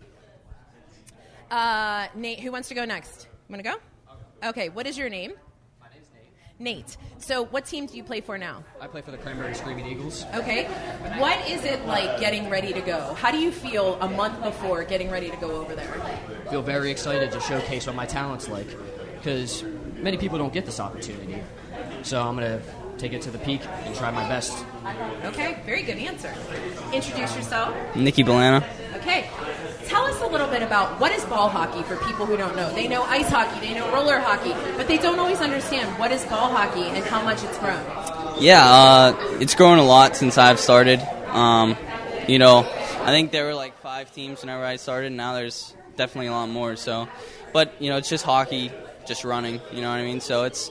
A: Uh, Nate, who wants to go next? You want to go? Okay. What is your name? My name's Nate. Nate. So, what team do you play for now?
R: I play for the Cranberry Screaming Eagles.
A: Okay. What is it like getting ready to go? How do you feel a month before getting ready to go over there?
R: feel very excited to showcase what my talent's like because many people don't get this opportunity. So I'm going to take it to the peak and try my best.
A: Okay. Very good answer. Introduce yourself.
S: Nikki Balana.
A: Okay. Tell us a little bit about what is ball hockey for people who don't know. They know ice hockey, they know roller hockey, but they don't always understand what is ball hockey and how much it's grown.
S: Yeah, uh, it's grown a lot since I've started. Um, you know, I think there were like five teams whenever I started. Now there's definitely a lot more. So, but you know, it's just hockey, just running. You know what I mean? So it's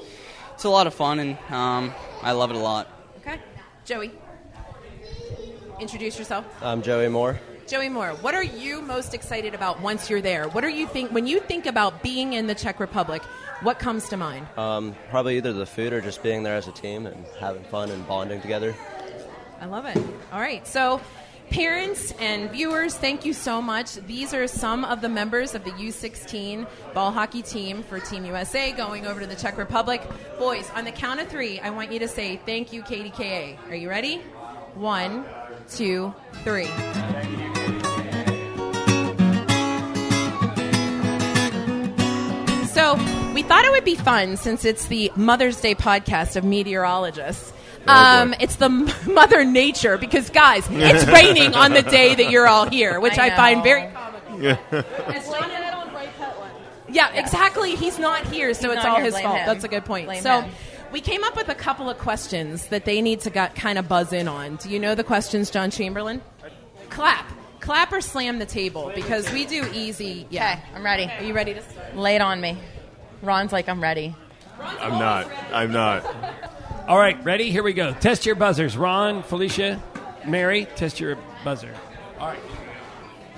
S: it's a lot of fun, and um, I love it a lot.
A: Okay. Joey, introduce yourself.
T: I'm Joey Moore.
A: Joey Moore, what are you most excited about once you're there? What are you think when you think about being in the Czech Republic? What comes to mind?
T: Um, probably either the food or just being there as a team and having fun and bonding together.
A: I love it. All right. So, parents and viewers, thank you so much. These are some of the members of the U16 ball hockey team for Team USA going over to the Czech Republic. Boys, on the count of three, I want you to say thank you, KDKA. Are you ready? One, two, three. So, we thought it would be fun since it's the Mother's Day podcast of meteorologists.
F: Oh,
A: Um, it's the m- Mother Nature because, guys, it's raining on the day that you're all here, which I,
F: I
A: find
F: know.
A: very.
F: As John had on Ray Petland.
A: Yeah, exactly. He's not here, so
F: He's
A: it's
F: not
A: all
F: here.
A: his
F: Blame
A: fault.
F: him.
A: That's a good point.
F: Blame
A: so.
F: him.
A: We came up with a couple of questions that they need to got, kind of buzz in on. Do you know the questions, John Chamberlain? Clap. Clap or slam the table because we do easy. Yeah.
J: Okay, I'm ready.
A: Are you ready to start?
J: Lay it on me. Ron's like, I'm ready.
B: I'm not. I'm not. All right, ready? Here we go. Test your buzzers. Ron, Felicia, Mary, test your buzzer. All right.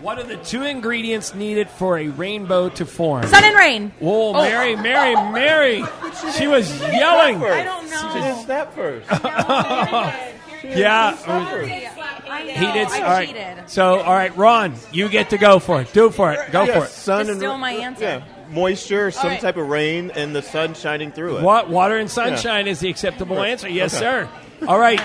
B: What are the two ingredients needed for a rainbow to form?
J: Sun and rain.
B: Whoa,
J: Oh.
B: Mary, Mary, Mary. She was yelling.
T: She did snap first.
B: Yeah.
J: I
B: He did.
J: I
B: All right.
J: cheated.
B: So, all right, Ron, you get to go for it. Do for it. Go
L: Yeah,
B: for it.
L: Sun and
J: Distill my answer.
L: Yeah, moisture, some
J: right.
L: type of rain, and the sun shining through it.
B: What? Water and sunshine is the acceptable
L: Right.
B: answer. Yes,
L: Okay.
B: sir. All right.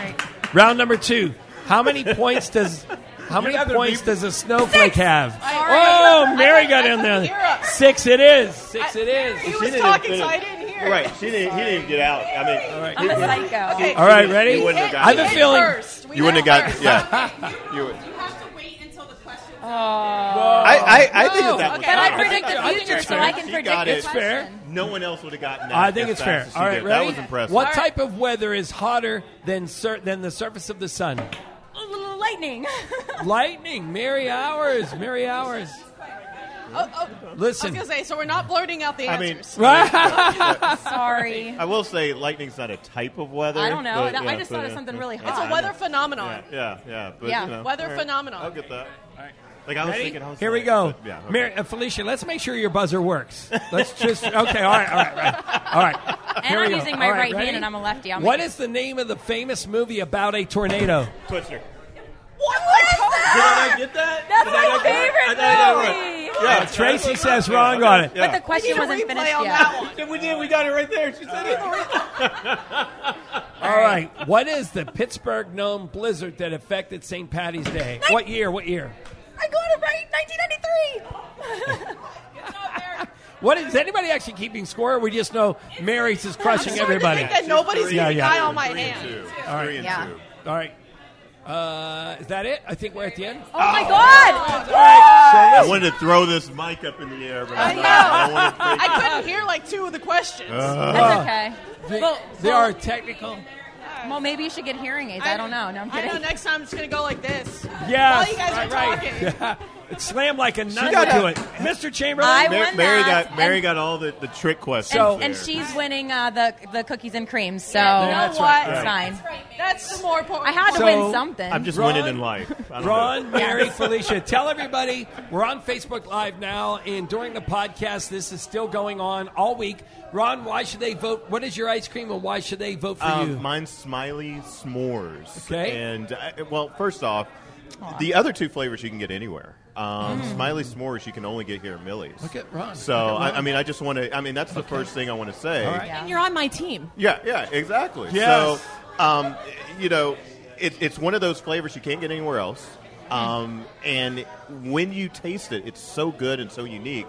B: Round number two. How many points does how many points does a snowflake have? Oh, Mary got in there. Six it is. Six it is.
L: He
B: was
L: talking, so I didn't hear. Right, she didn't. He didn't get out. I mean, all right.
J: I'm a psycho. Okay.
B: All right, ready?
L: You wouldn't have
B: I have
L: got
B: a feeling.
L: You wouldn't have got. Yeah. You would- I, I, I think that, that was
J: But I
L: fine.
J: predict the
L: I think
J: future,
L: it's
J: so
L: fair.
J: I can
L: She
J: predict
L: got
J: the
L: it.
J: question.
L: No one else would have gotten that.
B: I think
L: as
B: it's
L: fast
B: fair.
L: as she
B: All right,
L: did.
B: ready?
L: That was impressive.
B: What type of weather is hotter than sur- than the surface of the sun?
J: Lightning.
B: Lightning. Mary hours. Mary hours.
F: Oh, oh,
B: Listen.
F: I was going to say, so we're not blurting out the
L: I mean,
F: answers.
J: Sorry.
L: I will say lightning's not a type of weather.
J: I don't know.
L: but,
J: That- I
L: yeah,
J: just
L: but,
J: thought of
L: yeah,
J: something
L: yeah.
J: really hot.
F: It's a weather phenomenon.
L: Yeah, yeah. But,
F: Yeah.
L: you know,
F: Weather
L: all
F: phenomenon.
L: I'll get that. Like I was
B: Ready?
L: thinking, I was
B: Here we
L: like-
B: go.
L: but, yeah, okay.
B: Mary, uh, Felicia, let's make sure your buzzer works. Let's just. Okay, all right, all right, right. All right.
J: And
B: Here we
J: I'm
B: go.
J: using my
B: All
J: right hand
B: ready?
J: and I'm a lefty. I'm
B: what
J: like-
B: is the name of the famous movie about a tornado?
L: Twister.
J: What
L: Did I get that?
J: That's
L: Did
J: my
L: I not get it?
J: favorite
L: I thought I got it right.
B: Uh,
L: Yeah,
B: Tracy says
L: Yeah,
B: wrong
L: okay,
B: on it.
L: yeah.
J: But the question wasn't finished
F: on
J: yet.
L: We did. We got it right there. She said it.
B: All right. What is the Pittsburgh known blizzard that affected St. Patty's Day? What year? What year?
J: I got it right. 1993.
B: What is anybody actually keeping score? Or we just know Mary's is crushing
F: I'm starting to
B: everybody.
F: think that nobody's keeping an eye on my hand.
B: All right.
F: Three and Yeah. two.
B: All right. Uh, is that it? I think we're at the end.
K: Oh, my God!
B: All
F: Oh.
B: right.
L: I
B: So
L: wanted to throw this mic up in the air, but
F: I
L: I,
F: know.
L: I wanted to break
F: I couldn't hear like two of the questions.
B: Uh.
J: That's okay. well,
B: There are technical.
J: well, maybe you should get hearing aids. I, don't know. No, I'm
F: I
J: kidding.
F: know next time I'm just gonna go like this.
B: Yes.
F: While you guys are
B: right,
F: talking.
B: right. Slam like a nut
L: got
B: to
L: it.
B: it, Mr. Chamberlain.
J: I
L: Mar-
J: won
L: Mary
J: that,
L: got Mary
J: and-
L: got all the, the trick questions.
J: and,
L: there.
J: and she's winning uh, the the cookies and cream. So
L: Yeah,
J: you know
L: that's
J: what?
L: right.
J: It's
L: Right.
J: fine.
F: That's the more important.
J: I had to
B: So-
J: win something.
L: I'm just
B: Ron-
L: winning in life. I don't
B: Ron,
L: know.
B: Mary, Felicia, tell everybody we're on Facebook Live now, and during the podcast, this is still going on all week. Ron, why should they vote? What is your ice cream, and why should they vote for
L: Um,
B: you?
L: Mine's Smiley S'mores.
B: Okay.
L: And, I, well, first off, the other two flavors you can get anywhere. Um,
B: Mm.
L: Smiley S'mores you can only get here at Millie's.
B: Look at Ron.
L: So,
B: Look at Ron.
L: I, I mean, I just want to, I mean, that's the first thing I want to say.
A: And you're on my team.
L: Yeah, yeah, exactly.
A: Yes.
L: So, um, you know, it, it's one of those flavors you can't get anywhere else. Um, and when you taste it, it's so good and so unique.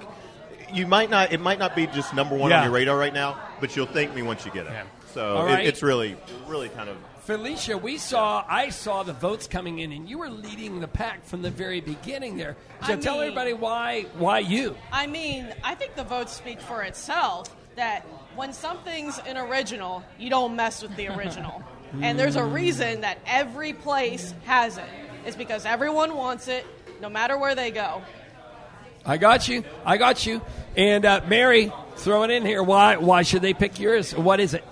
L: You might not. It might not be just number one
B: Yeah.
L: on your radar right now, but you'll thank me once you get it. So
B: All
L: it-
B: right.
L: it's really, really kind of
B: Felicia, we saw, I saw the votes coming in, and you were leading the pack from the very beginning there. So
F: I
B: tell
F: mean-
B: everybody why, why you?
F: I mean, I think the votes speak for itself that when something's an original, you don't mess with the original. and there's a reason that every place has it. It's because everyone wants it, no matter where they go.
B: I got you. I got you. And uh, Mary, throw it in here. Why? Why should they pick yours? What is it?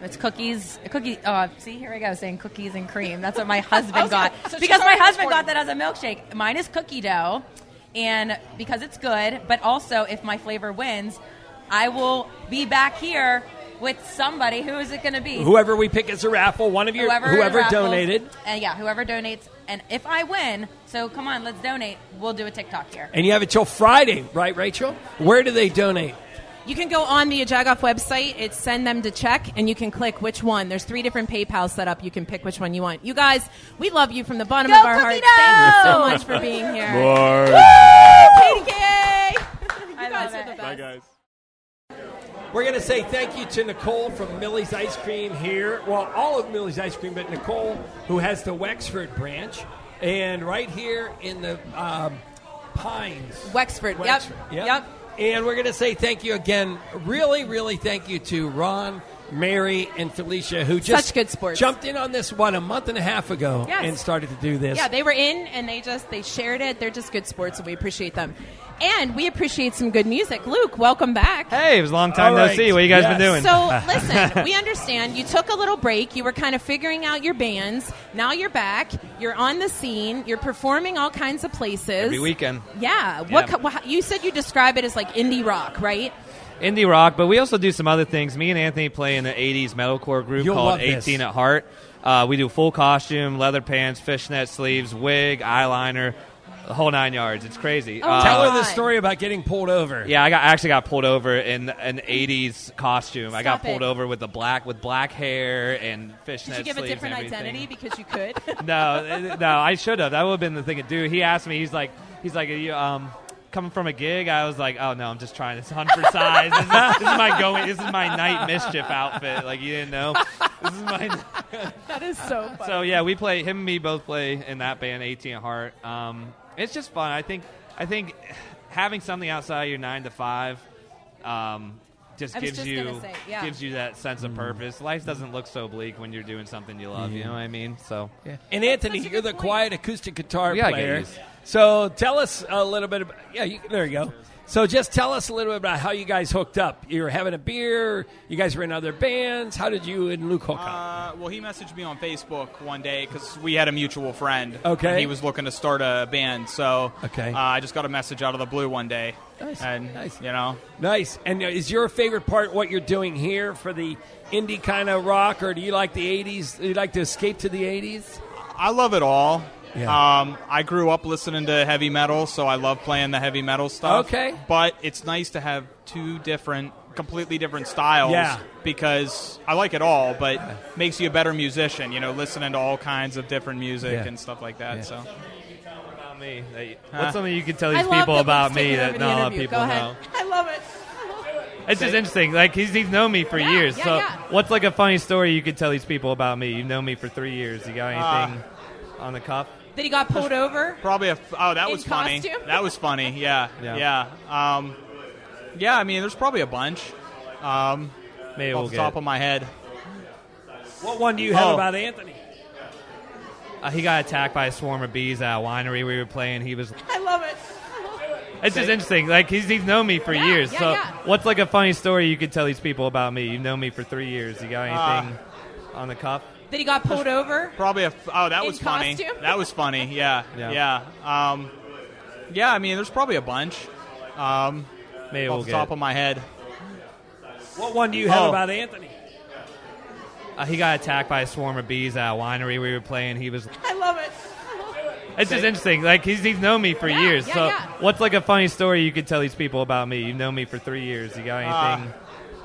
J: It's cookies, cookie. Uh, see, here I go saying cookies and cream. That's what my husband
F: was gonna-
J: got
F: so she's
J: because my
F: already
J: husband got that as
F: recorded.
J: a milkshake. Mine is cookie dough, and because it's good, but also if my flavor wins, I will be back here with somebody. Who is it going to be?
B: Whoever we pick as a raffle, one of you, whoever,
J: raffles-
B: donated.
J: and yeah, whoever donates, and if I win, so come on, let's donate. We'll do a TikTok here.
B: And you have it till Friday, right, Rachel? Where do they donate?
A: You can go on the Ajagoff website. It's send them to check, and you can click which one. There's three different PayPal set up. You can pick which one you want. You guys, we love you from the bottom
J: Go
A: of our
J: Cookie
A: hearts. Thank you so
J: Dough!
A: much for being here.
C: Bars.
A: Woo! Katie Kay! You guys are the best.
L: guys.
B: We're going to say thank you to Nicole from Millie's Ice Cream here. Well, all of Millie's Ice Cream, but Nicole, who has the Wexford branch, and right here in the um, Pines.
A: Wexford. Yep.
B: Yep. And we're going to say thank you again. Really, really thank you to Ron, Mary, and Felicia, who just
A: Such good sports.
B: jumped in on this one a month and a half ago
A: Yes.
B: and started to do this.
A: Yeah, they were in and they just they shared it. They're just good sports and we appreciate them. And we appreciate some good music. Luke, welcome back.
M: Hey, it was a long time
B: All
M: no
B: right.
M: see. What you guys
B: Yes.
M: been doing?
A: So listen, we understand you took a little break. You were kind of figuring out your bands. Now you're back. You're on the scene. You're performing all kinds of places.
M: Every weekend.
A: Yeah. What
M: Yeah.
A: co- wha- you said you describe it as like indie rock, right?
M: indie rock, but we also do some other things. Me and Anthony play in an 80s metalcore group
B: You'll love
M: called
B: this.
M: 18 at Heart. Uh, we do full costume, leather pants, fishnet sleeves, wig, eyeliner, the whole nine yards. It's crazy.
A: Oh,
M: Uh,
B: Tell her the story about getting pulled over.
M: yeah, I got I actually got pulled over in an '80s costume. I got
A: Stop it.
M: pulled over with the black with black hair and
A: Did
M: fishnet
A: you give a
M: sleeves
A: different
M: and everything
A: identity because you could?
M: no, no, I should have. That would have been the thing to do. He asked me. He's like, he's like, Are you, um, coming from a gig. I was like, oh no, I'm just trying this hunt for size. This is, this is my going. This is my night mischief outfit. Like you didn't know. This is my.
A: that is so funny.
M: So yeah, we play. Him and me both play in that band, 18 at Heart. Um, it's just fun. I think. I think having something outside of your nine to five. Um, just
A: I was
M: gives
A: just
M: you
A: gonna say, yeah.
M: gives you that sense of purpose. Life doesn't look so bleak when you're doing something you love. You
B: Yeah.
M: know what I mean? So
B: And Anthony, you're the quiet acoustic guitar
M: We gotta get
B: player.
M: used to
B: So tell us a little bit about. Yeah, you, there you go. So just tell us a little bit about how you guys hooked up. You were having a beer. You guys were in other bands. How did you and Luke hook up?
U: Uh, well, he messaged me on Facebook one day because we had a mutual friend.
B: Okay.
U: And he was looking to start a band, so
B: Okay.
U: uh, I just got a message out of the blue one day.
B: Nice,
U: And, You know,
B: Nice. And is your favorite part what you're doing here for the indie kind of rock, or do you like the '80s? Do you like to escape to the '80s?
U: I love it all. Um, I grew up listening to heavy metal, so I love playing the heavy metal stuff.
B: Okay.
U: But it's nice to have two different, completely different styles
B: Yeah.
U: because I like it all, but makes you a better musician, you know, listening to all kinds of different music
M: Yeah.
U: and stuff like that. So.
M: About me,
U: Huh?
M: what's something you can tell
U: I
M: these
U: love
M: people
U: that
M: about
U: Luke's taking
M: me
U: over
M: that
U: the
M: not a lot of
U: interview.
M: people
U: Go ahead.
M: know?
F: I love it.
M: It's just interesting. Like he's, he's known me for years.
U: yeah,
M: so
U: yeah.
M: what's like a funny story you could tell these people about me? You've known me for three years. You got anything on the cuff?
A: That he got pulled over.
U: Probably a. f- Oh, that
A: In
U: was funny.
A: costume?
U: That was funny. Yeah.
M: Yeah.
U: Yeah. Yeah. Um, yeah. I mean, there's probably a bunch. Um,
M: Maybe
U: off
M: we'll
U: the
M: get
U: top
M: it.
U: of my head.
B: What one do you have
U: Oh.
B: about Anthony?
M: Uh, he got attacked by a swarm of bees at a winery we were playing. He was.
A: I love it.
M: It's just interesting. Like he's, he's known me for years.
A: yeah,
M: so
A: yeah.
M: what's like a funny story you could tell these people about me? You've known me for three years. You got anything on the cuff?
A: That he got pulled over.
U: Probably a. f- Oh, that
A: In
U: was funny.
A: costume?
U: That was funny. Yeah.
M: Yeah.
U: Yeah. Yeah. Um, yeah. I mean, there's probably a bunch. Um,
M: Maybe
U: off
M: we'll
U: the
M: get
U: top
M: it.
U: of my head.
B: What one do you have
M: Oh.
B: about Anthony?
M: Uh, he got attacked by a swarm of bees at a winery we were playing. He was.
A: I love it.
M: It's just interesting. Like he's, he's known me for years.
A: yeah,
M: so
A: yeah.
M: what's like a funny story you could tell these people about me? You've known me for three years. You got
U: Uh,
M: anything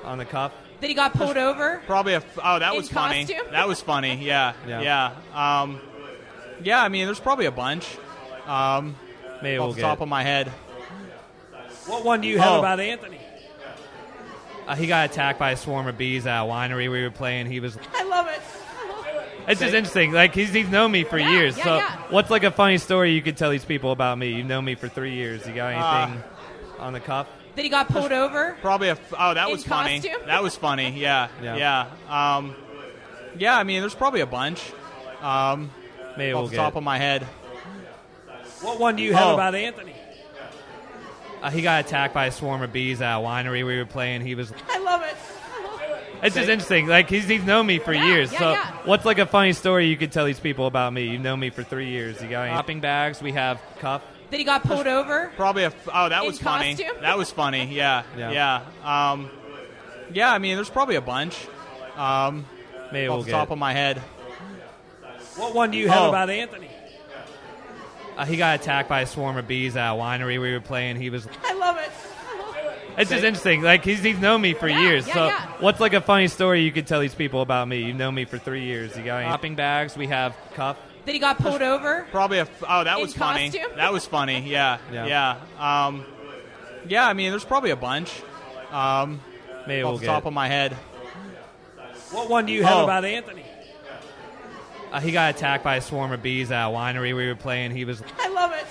M: on the cuff?
A: That he got pulled over.
U: Probably a. f- Oh, that
A: In
U: was funny.
A: costume?
U: That was funny. Yeah.
M: Yeah.
U: Yeah. Yeah. Um, yeah. I mean, there's probably a bunch. Um,
M: Maybe
U: off
M: we'll
U: the
M: get
U: top
M: it.
U: of my head.
B: What one do you have
M: Oh.
B: about Anthony?
M: Uh, he got attacked by a swarm of bees at a winery we were playing. He was.
A: I love it.
M: It's just interesting. Like he's, he's known me for years.
A: yeah,
M: so
A: yeah.
M: what's like a funny story you could tell these people about me? You've known me for three years. You got
U: Uh,
M: anything on the cuff?
A: That he got pulled over.
U: Probably a. f- Oh, that
A: In
U: was funny.
A: costume?
U: That was funny. Yeah.
M: Yeah.
U: Yeah. Yeah. Um, yeah. I mean, there's probably a bunch. Um,
M: Maybe
U: off
M: we'll
U: the
M: get
U: top
M: it.
U: of my head.
B: What one do you have
M: Oh.
B: about Anthony?
M: Uh, he got attacked by a swarm of bees at a winery we were playing. He was.
A: I love it.
M: It's just interesting. Like he's, he's known me for years.
A: yeah,
M: so
A: yeah.
M: what's like a funny story you could tell these people about me? You've known me for three years. You got any shopping bags? We have cuff.
A: That he got pulled over.
U: Probably a. f- Oh, that
A: In
U: was funny.
A: costume?
U: That was funny. Yeah.
M: Yeah.
U: Yeah. Yeah. Um, yeah. I mean, there's probably a bunch. Um,
M: Maybe
U: off
M: we'll
U: the
M: get
U: top
M: it.
U: of my head.
B: What one do you have
M: Oh.
B: about Anthony?
M: Uh, he got attacked by a swarm of bees at a winery we were playing. He was.
A: I love it.
M: It's just interesting. Like he's, he's known me for years.
A: yeah,
M: so
A: yeah.
M: what's like a funny story you could tell these people about me? You've known me for three years. You got any shopping bags? We have cuff.
A: That he got pulled over.
U: Probably a. f- Oh, that
A: In
U: was funny.
A: costume?
U: That was funny. Yeah.
M: Yeah.
U: Yeah. Yeah. Um, yeah. I mean, there's probably a bunch. Um,
M: Maybe
U: off
M: we'll
U: the
M: get
U: top
M: it.
U: of my head.
B: What one do you have
M: Oh.
B: about Anthony?
M: Uh, he got attacked by a swarm of bees at a winery we were playing. He was.
A: I love it.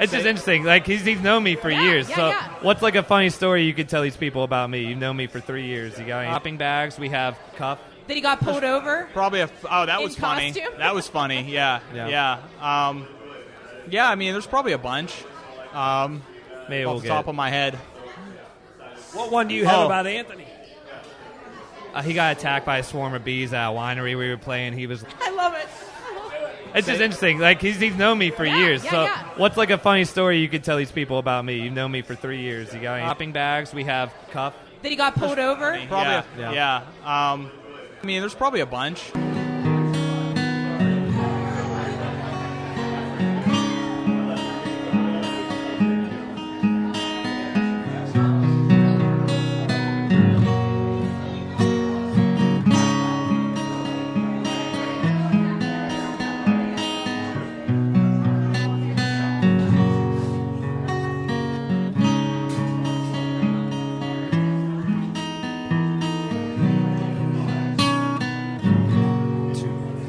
M: It's just interesting. Like he's, he's known me for years.
A: yeah,
M: so
A: yeah.
M: what's like a funny story you could tell these people about me? You've known me for three years. You got any shopping bags? We have cuff.
A: That he got pulled over.
U: Probably a. f- Oh, that
A: In
U: was funny.
A: costume?
U: That was funny. Yeah.
M: Yeah.
U: Yeah. Yeah. Um, yeah. I mean, there's probably a bunch. Um,
M: Maybe
U: off
M: we'll get
U: the top
M: it.
U: of my head.
B: What one do you have
M: Oh.
B: about Anthony?
M: Uh, he got attacked by a swarm of bees at a winery we were playing. He was.
A: I love it.
M: It's just interesting. Like he's, he's known me for years.
A: yeah,
M: so
A: yeah.
M: what's like a funny story you could tell these people about me? You've known me for three years. You got any shopping bags? We have cuff.
A: That he got pulled over.
U: Probably. a-
M: Yeah.
U: Yeah. Um, I mean, there's probably a bunch.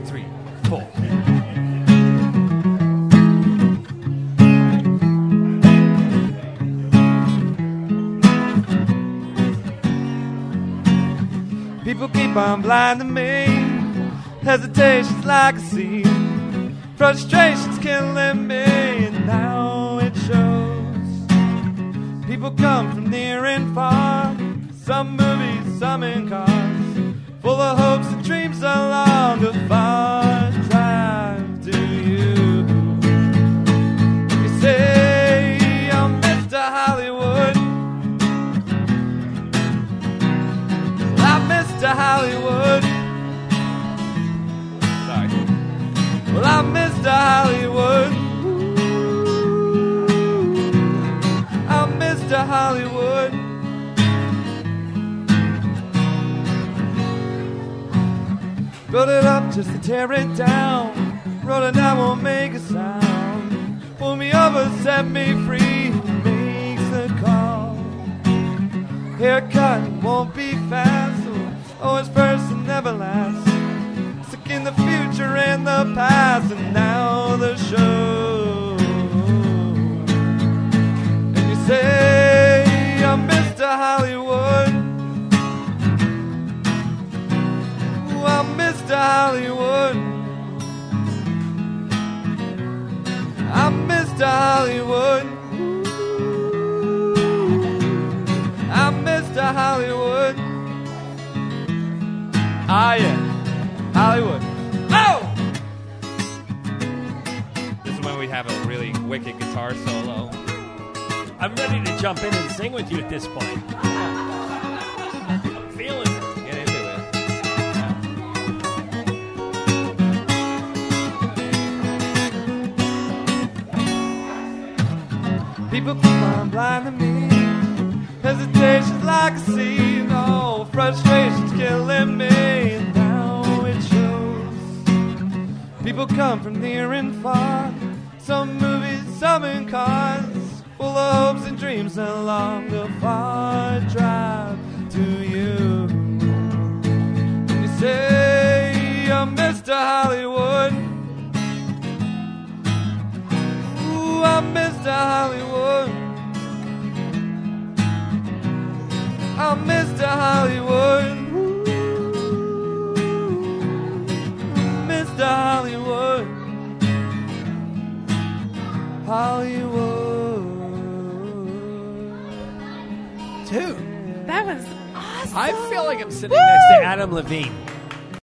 M: Three, four.
I: People keep on blinding me. Hesitation's like a sea. Frustration's killing me, and now it shows. People come from near and far. Some movies, some in cars. Full of hopes and dreams along a far drive to you. You say I'm Mr. Hollywood. I'm Mr. Hollywood. Sorry. Well, I'm Mr. Hollywood. I'm Mr. Hollywood. Build it up just to tear it down. Rolling, I won't make a sound. Pull me over, set me free. Who makes the call? haircut won't be fast. Oh, it's first and never last. Stuck in the future and the past, and now the show. And you say, I'm Mr. Hollywood. Ooh, I'm Mr. Hollywood. I'm Mr. Hollywood. I'm Mr. Hollywood. I am Hollywood. Oh!
M: This is when we have a really wicked guitar solo.
B: I'm ready to jump in and sing with you at this point. I'm feeling it.
M: Get into it.
I: People keep on blinding me. Hesitation's like a seed. Oh, frustration's killing me. And now it shows. People come from near and far. Some movies, some in cars. Full of hopes and dreams along a far drive to you. And you say, You're Mr. Hollywood. Ooh, I'm Mr. Hollywood. I'm Mr. Hollywood. Ooh, Mr. Hollywood. Hollywood.
B: Dude. That was awesome. I feel like I'm sitting next to Adam Levine.